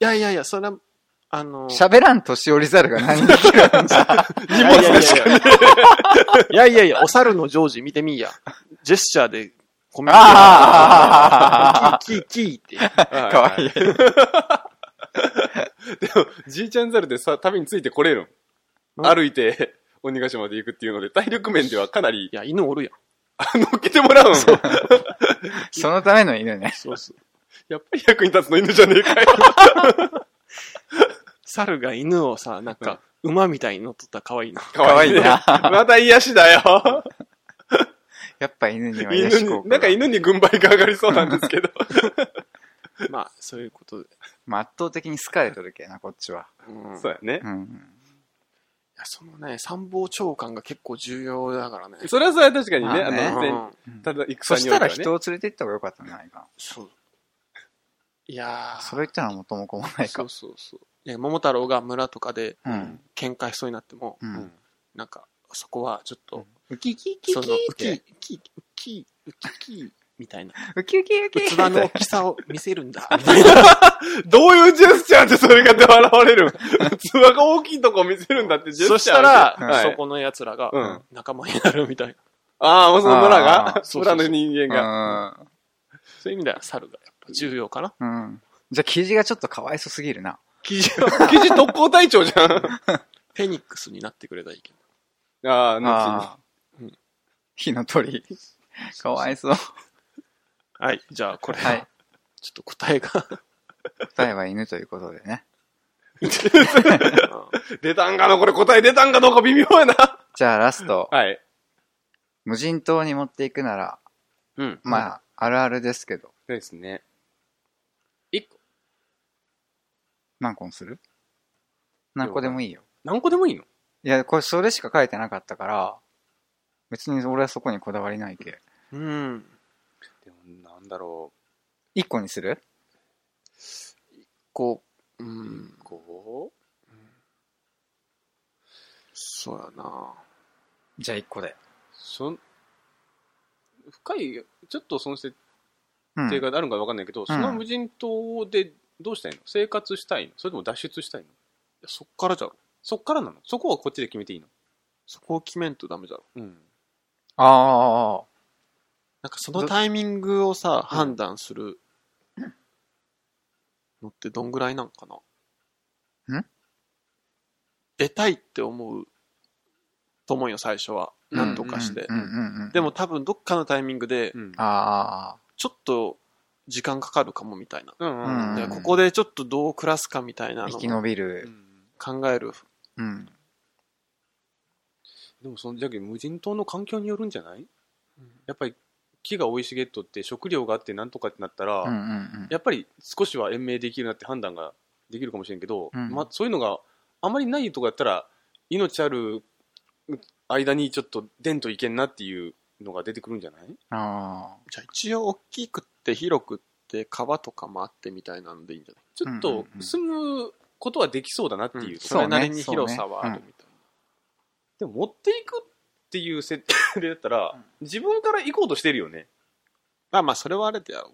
B: いやいやいや、それは、あの、
A: 喋らん年寄り猿が何できる [LAUGHS] んじゃ。
B: いやいやいやいやいやいや、お猿のジョージ見てみいや。ジェスチャーでコメント
A: あ
B: キーキーキーって。
A: ー
C: か
A: かわいい。
C: じいちゃん猿でさ、旅についてこれるん
B: うん
C: 歩いて、鬼ヶ島まで行くっていうので、体力面ではかなり
B: い、や、犬おるやん。
C: あ乗っけてもらうん。
A: そのための犬ね。
B: そうそう。
C: やっぱり役に立つの犬じゃねえかよ。
B: 猿が犬をさ、なんか、馬みたいに乗っとったら可愛いな。
C: か
A: わいいね
C: また癒しだよ。
A: やっぱ犬には
C: 犬
A: 癒し効果
C: に、なんか
A: が。
C: 犬に軍配が上がりそうなんですけど。 [LAUGHS]
B: まあ、そういうことで。
A: まあ圧倒的に好かれとるけな、こっちは。
B: うん
C: そうやね
A: う。ん。
B: いや、そのね、参謀長官が結構重要だからね。
C: それはそれは確かにね、
A: ま
C: あ
A: あね
C: の、
B: う
C: 全
B: ん
C: ただ
A: そ
C: 戦
A: し
C: にお
A: たら
C: いてはね
A: 人。を連れて行った方が良かったんじゃないか。
B: そう。いやー。
A: それ言ったら元も子もない
B: そ
A: か
B: う。そうそう。いや、桃太郎が村とかで
A: うん。
B: 喧嘩しそうになっても、
A: う
C: うんん。
B: なんか、そこはちょっと、
A: ウキキキキ
B: その、
A: っ
B: ウキ、ウ
A: て。
B: キ、ウキ、ウキ、キみたいな。
A: ウキウキウキ
B: 器の大きさを見せるんだ、みたいな。
C: どういうジェスチャーってそれが現れるん器が大きいとこ見せるんだってジェスチャー。
B: そしたら、
C: はい
B: そこの奴ら
C: う
B: が
C: ん
B: 仲間になるみたいな。
C: ああ、もうその村
A: あ
C: が
B: ーそうそうそ
C: 村
B: う
C: の人間が。
A: が。
B: そういう意味では猿がやっぱ重要かな。
A: うん。うんじゃあ、生地がちょっとかわいそすぎるな。
C: 記事、 [LAUGHS] 記事特攻隊長じゃん。
B: フェニックスになってくれたらいいけ
C: ああ、後
A: あ
B: う
A: あ
B: ん。
A: 火の鳥。かわいそう。
B: ど。はい。じゃあ、これ
A: はい
B: は、ちょっと答えが。
A: 答えは犬ということでね。
C: に。出たんかなこれ答え出たんかどうか微妙やな。
A: じゃあ、ラスト。
C: はい。
A: 無人島に持っていくなら、
C: うん。
A: まあ、あるあるですけど、
C: そうですね。
A: 何個にする何個でもいいよ。
C: 何個でもいいの
A: いや、これそれしか書いてなかったから、別に俺はそこにこだわりないけ。
B: [LAUGHS] うん。
C: でもなんだろ
A: 1個にする
B: こう、う
C: う。
B: ん。
C: こう
B: そうやな。
A: じゃあ1個で。
C: そん深い、ちょっとその設
A: うん。
C: 定があるのか分かんないけど、その無人島でどうしたいの生活したいのそれとも脱出したいの
B: そっからじゃろ。
C: そっからなのそこはこっちで決めていいの
B: そこを決めんとダメじゃろ。
C: うん。
A: あああ
B: なんかそのタイミングをさ、判断するのってどんぐらいなんかな。
A: ん
B: 出たいって思うと思うよ、最初は。
A: あ。
B: なんとかして
A: う。んうんうんうん。
B: でも、多分どっかのタイミングで
C: う、ん。
A: あ
B: ちょっと時間かかるかもみたいな。
C: うんうんうん
A: うん
B: でここでちょっとどう暮らすかみたい
A: あ、
B: な
A: 生き
B: のを
A: 延び
C: う
A: る。
C: ん
B: 考える。
A: うん。
C: でもそのじゃけ無人島の環境によるんじゃない
B: うん
C: やっぱり木が生い茂っとって食料があってなんとかってなったら、
A: うんうんうん。
C: やっぱり少しは延命できるなって判断ができるかもしれんけど、
A: うん
C: ま、そういうのがあまりないとこやったら命ある間にちょっとでんといけんなっていうのが出てくるんじゃない
A: あ
B: じゃあ一応大きくって広くって川とかもあってみたいなんでいいんじゃない
C: ちょっ
A: うんうん
C: と
A: うん
C: 住むことはできそうだなっていう、
B: うん
C: とこ
B: それなりに
A: そうね
B: 広さはあるみたい
C: でも持っていくっていう設定だったら、
B: うん
C: 自分から行こうとしてるよね
B: な。あまあそれはあれだよ。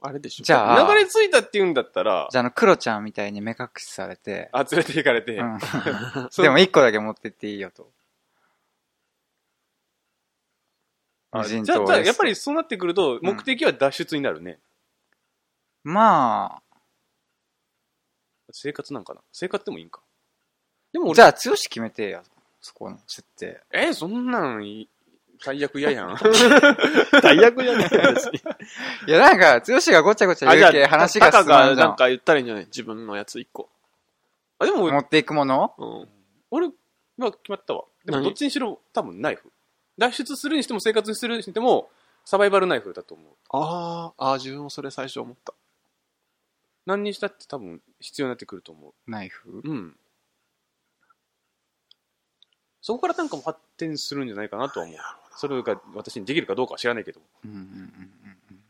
B: あれでしょ。
A: じゃあー
C: 流れ着いたっていうんだったら
A: あ。じゃあ、あの、クロちゃんみたいに目隠しされて、
C: あ連れて行かれて、
A: うん。
C: そ
A: でも1個だけ持ってっていいよと。
C: あ
A: 無人
C: じゃあ
A: 島
C: じゃあ
A: です
C: やっぱりそうなってくると、目的は脱出になるね。
A: ま
C: 生活なんかな生活でもいいんか。でも
A: あ、
C: 俺、
A: じゃあ、強し決めてよ。そこの設定。
C: えーそんなんい、最悪嫌や
A: [LAUGHS]
C: ん。
B: 大役じゃないですね。
A: いや、なんか、強しがごちゃごちゃ言うけ、話が
B: タカ
A: 進ま
B: が
A: んじゃ
B: なん
A: ん。
B: か言ったらいいんじゃない自分のやつ一個。
C: あ、でも
A: 持、っていくもの
B: うん。
C: 俺は決まったわ。でも、
B: 何
C: どっちにしろ多分ナイフ。脱出するにしても生活するにしても、サバイバルナイフだと思う。
B: あーあー、自分もそれ最初思った。
C: 何にしたって多分必要になってくると思
A: ナイフ
C: う。うん。そこからなんかも発展するんじゃないかなとは思う。それが私にできるかどうかは知らないけど。
A: うんうんうんうんうん。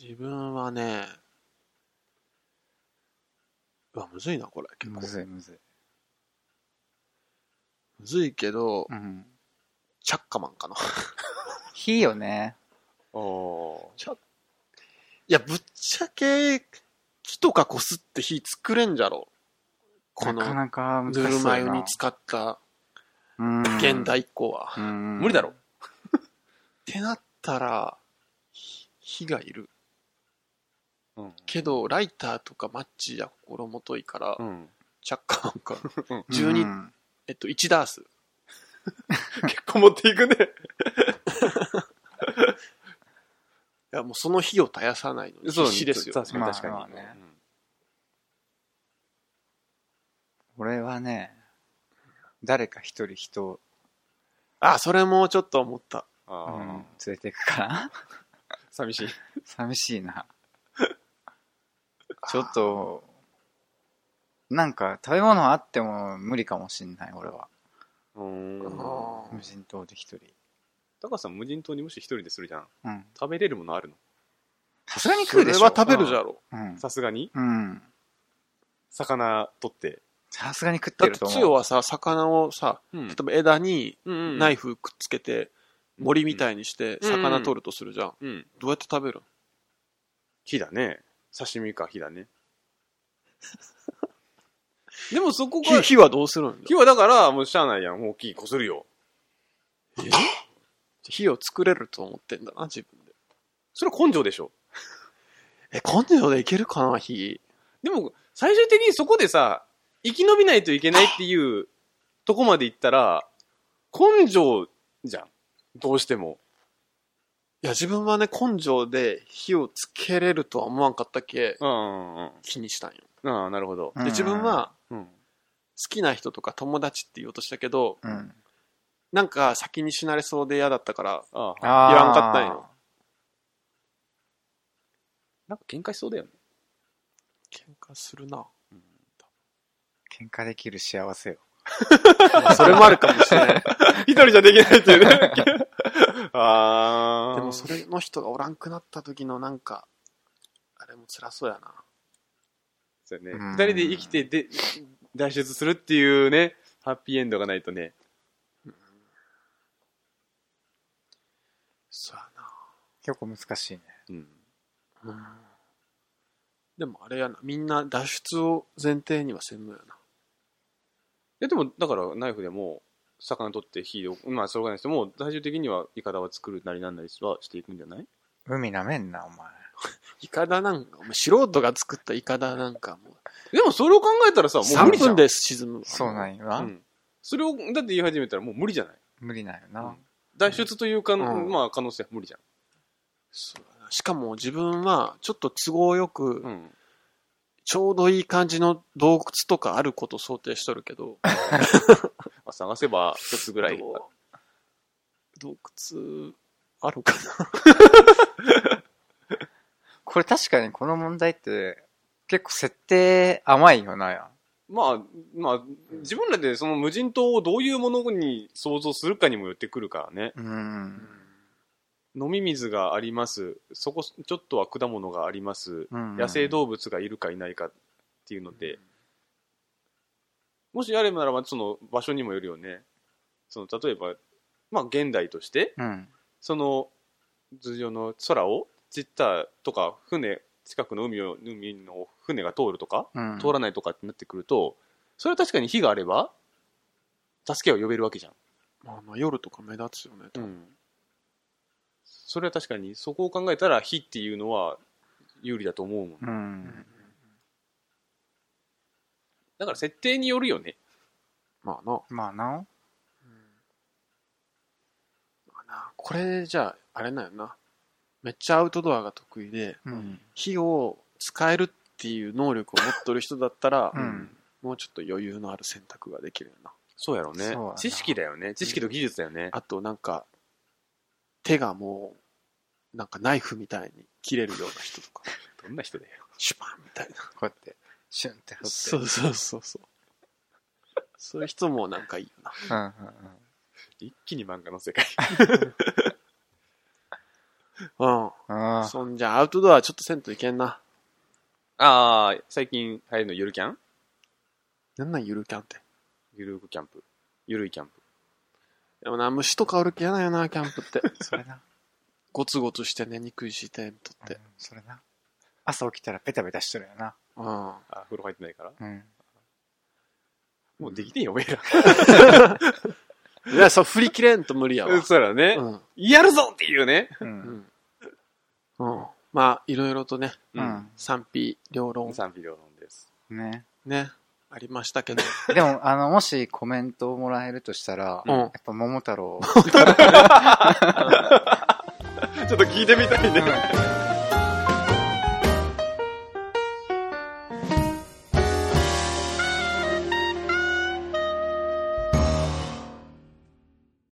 B: 自分はね、うわ、むずいな、これ。結構
A: むずいむずい。
B: むずいけど、
A: うん。
B: チャッカマンかな。 [LAUGHS]
A: 火よね。
C: ああ。
B: いや、ぶっちゃけ、木とかこすって火作れんじゃろ。こ
A: なか
B: の、
A: なか難し
B: ぬ
A: いな。
B: るま湯に使った
A: うん
B: 現。代以降は。っ
A: 無
C: 無理だろ。。
B: てなったら、ひ火がいる。
C: うん。
B: けど、ライターとかマッチや心もといから、
C: うん。
B: チャッカマンか。 [LAUGHS]
A: 12
B: 12えっと、1ダース。 [LAUGHS]
C: 結構持っていくね。
B: いや、もうその火を絶やさないのに
C: そう
B: 必死ですよ。
C: 確かに
A: まあ
C: 確かに。
A: まあね俺はね、誰か一人人を、
B: あ、それもちょっと思った。
C: うん
A: う
C: あ
A: ん
C: ー
A: 連れていくから [LAUGHS]
C: 寂しい。
A: 寂しい [LAUGHS] な。ちょっと、なんか食べ物あっても無理かもしんない、俺は。
C: [LAUGHS] うん
B: あー
A: 無人島で一人。
C: 高橋さん無人島にもし一人でするじゃん。
A: うん。
C: 食べれるものあるの
A: さすがに食うでしょ。
B: それは食べるじゃろ。
A: うん。
C: さすがに
A: うん。
C: 魚取って。
A: さすがに食っ
B: だ
A: て
B: っ
A: る
B: て、
A: と
B: つよ
A: 思う。
B: はさ、魚をさ、
C: う
B: 例
C: ん
B: えば枝に
C: うん
B: ナ
C: ナ
B: イ
C: イ
B: フくっつけて、森みたいにして、
C: うん
B: 魚取るとするじゃん。
C: うん。
B: どうやって食べる
C: 火だね。刺身か火 [LAUGHS] だね。でもそこが
B: 火、火はどうするんだ
C: 火はだからもうしゃあないやん。もう木こするよ。
B: 火を作れると思ってんだな、自分で。
C: それは根性でしょ。
B: え、根性でいけるかな、火。
C: でも最終的にそこでさ、生き延びないといけないっていうとこまで行ったら、根性じゃん。どうしても。
B: いや、自分はね、根性で火をつけれるとは思わんかったけ、
C: うんうんうん
B: 気にしたんよ。
C: うん。ああ、なるほど。
A: うん
B: で、自分は
C: うん。
B: 好きな人とか友達って言おうとしたけど、
A: うん。
B: なんか先に死なれそうで嫌だったから、
C: ああ。
A: あー
B: いらんかったんよ。
C: なんか喧嘩しそうだよね。
B: 喧嘩するな。
A: 喧嘩できる幸せよ。
B: それもあるかもし
A: [LAUGHS]
B: れない。
C: 一人じゃできないっていうね。ああ。
B: でもそれの人がおらんくなった時のなんか、あれも辛そうやな。
C: そうね。
A: うん
C: 二人で生きてで、脱出するっていうね、ハッピーエンドがないとね。
B: そう
A: 結構難しいね。
C: うん。
B: やな。うん。でもあれやな、みんな脱出を前提にはせんのやな。
C: いやでも、だからナイフでも、魚取って火で、まあ、それがない人も、最終的には、イカダは作るなりなんなりはしていくんじゃない
A: 海なめんな、お前。
B: イカダなんか、お前素人が作ったイカダなんかもう、
C: でも、それを考えたらさ、もう無理
B: 3
C: じゃん。
B: 分で沈む。
A: そうなんよな。
C: うん。それを、だって言い始めたらもう無理じゃない
A: 無理なんよな。
C: 脱出というか、
B: うん
C: まあ、可能性は無理じゃ
B: そうやなしかも自分は、ちょっと都合よく、
C: ん。うん。
B: ちょうどいい感じの洞窟とかあることを想定しとるけど、
C: まあ、探せば、一つぐらい。
B: どう洞窟、あるか
A: これ確かにこの問題って、結構設定甘いよな。
C: まあ、まあ、自分らでその無人島をどういうものに想像するかにもよってくるからね。
A: う
B: な、
A: ん。
C: 飲み水があります。そこ、ちょっとは果物があります。
A: うん
C: 野生動物がいるかいないかっていうので、もしあればならば、その場所にもよるよね。その、例えば、まあ、現代として、
A: うん。
C: その頭上の空をジッターとか船近くの海を海の船が通るとか
A: うん。
C: 通らないとかってなってくると、それは確かに火があれば助けを呼べるわけじゃん、
B: まあまあ夜とか目立つよね。
C: それは確かにそこを考えたら火っていうのは有利だと思うもん、
A: う。
B: うん
C: だから設定によるよね
B: まあな。
A: まあな。
B: まあなこれじゃあ、あれなんやな。めっちゃアウトドアが得意で、
A: うん。
B: 火を使えるっていう能力を持っとる人だったら、
A: うん
B: もうちょっと余裕のある選択ができるよな。
C: そうやろう
A: そうやな
C: 知識だよね知識と技術だよね、
B: あとなんか、手がもう、なんかナイフみたいに切れるような人とか、
C: どんな人だよ
B: シュパンみたいな。
A: こうやって、シュンって振って。
B: そうそうそうそう。そういう人もなんかいいよな。
A: うんうん
C: 一気に漫画の世界
B: うん。
A: うん。うん。
B: そんじゃアウトドアちょっとせんといけんな。
C: ああ最近流行るのゆるキャン
B: なんなんゆるキャンって。
C: ゆるくキャンプゆるいキャンプ
B: でもな、虫とかおる気嫌だよな、キャンプって。
A: それな。
B: ゴツゴツして寝にくいし、テントっ
A: うん
B: て。
A: それな。朝起きたらベタベタしとるよな。
B: うん。
C: あ風呂入ってないから
A: うん。
C: もうできねえよ、おめえら。
B: いや、そう、振り切れんと無理やわ。う
C: そうだね、
B: ん。
C: やるぞっていうね。
A: う。
B: うんん。うん。まあ、いろいろとね、
A: うん。
B: 賛否両論、
C: 賛否両論です。
A: ね。
B: ね、ありましたけど。
A: でも、あの、もしコメントをもらえるとしたら、
B: うん
A: やっぱ桃太郎。
C: ちょっと聞いてみたいね。
A: うん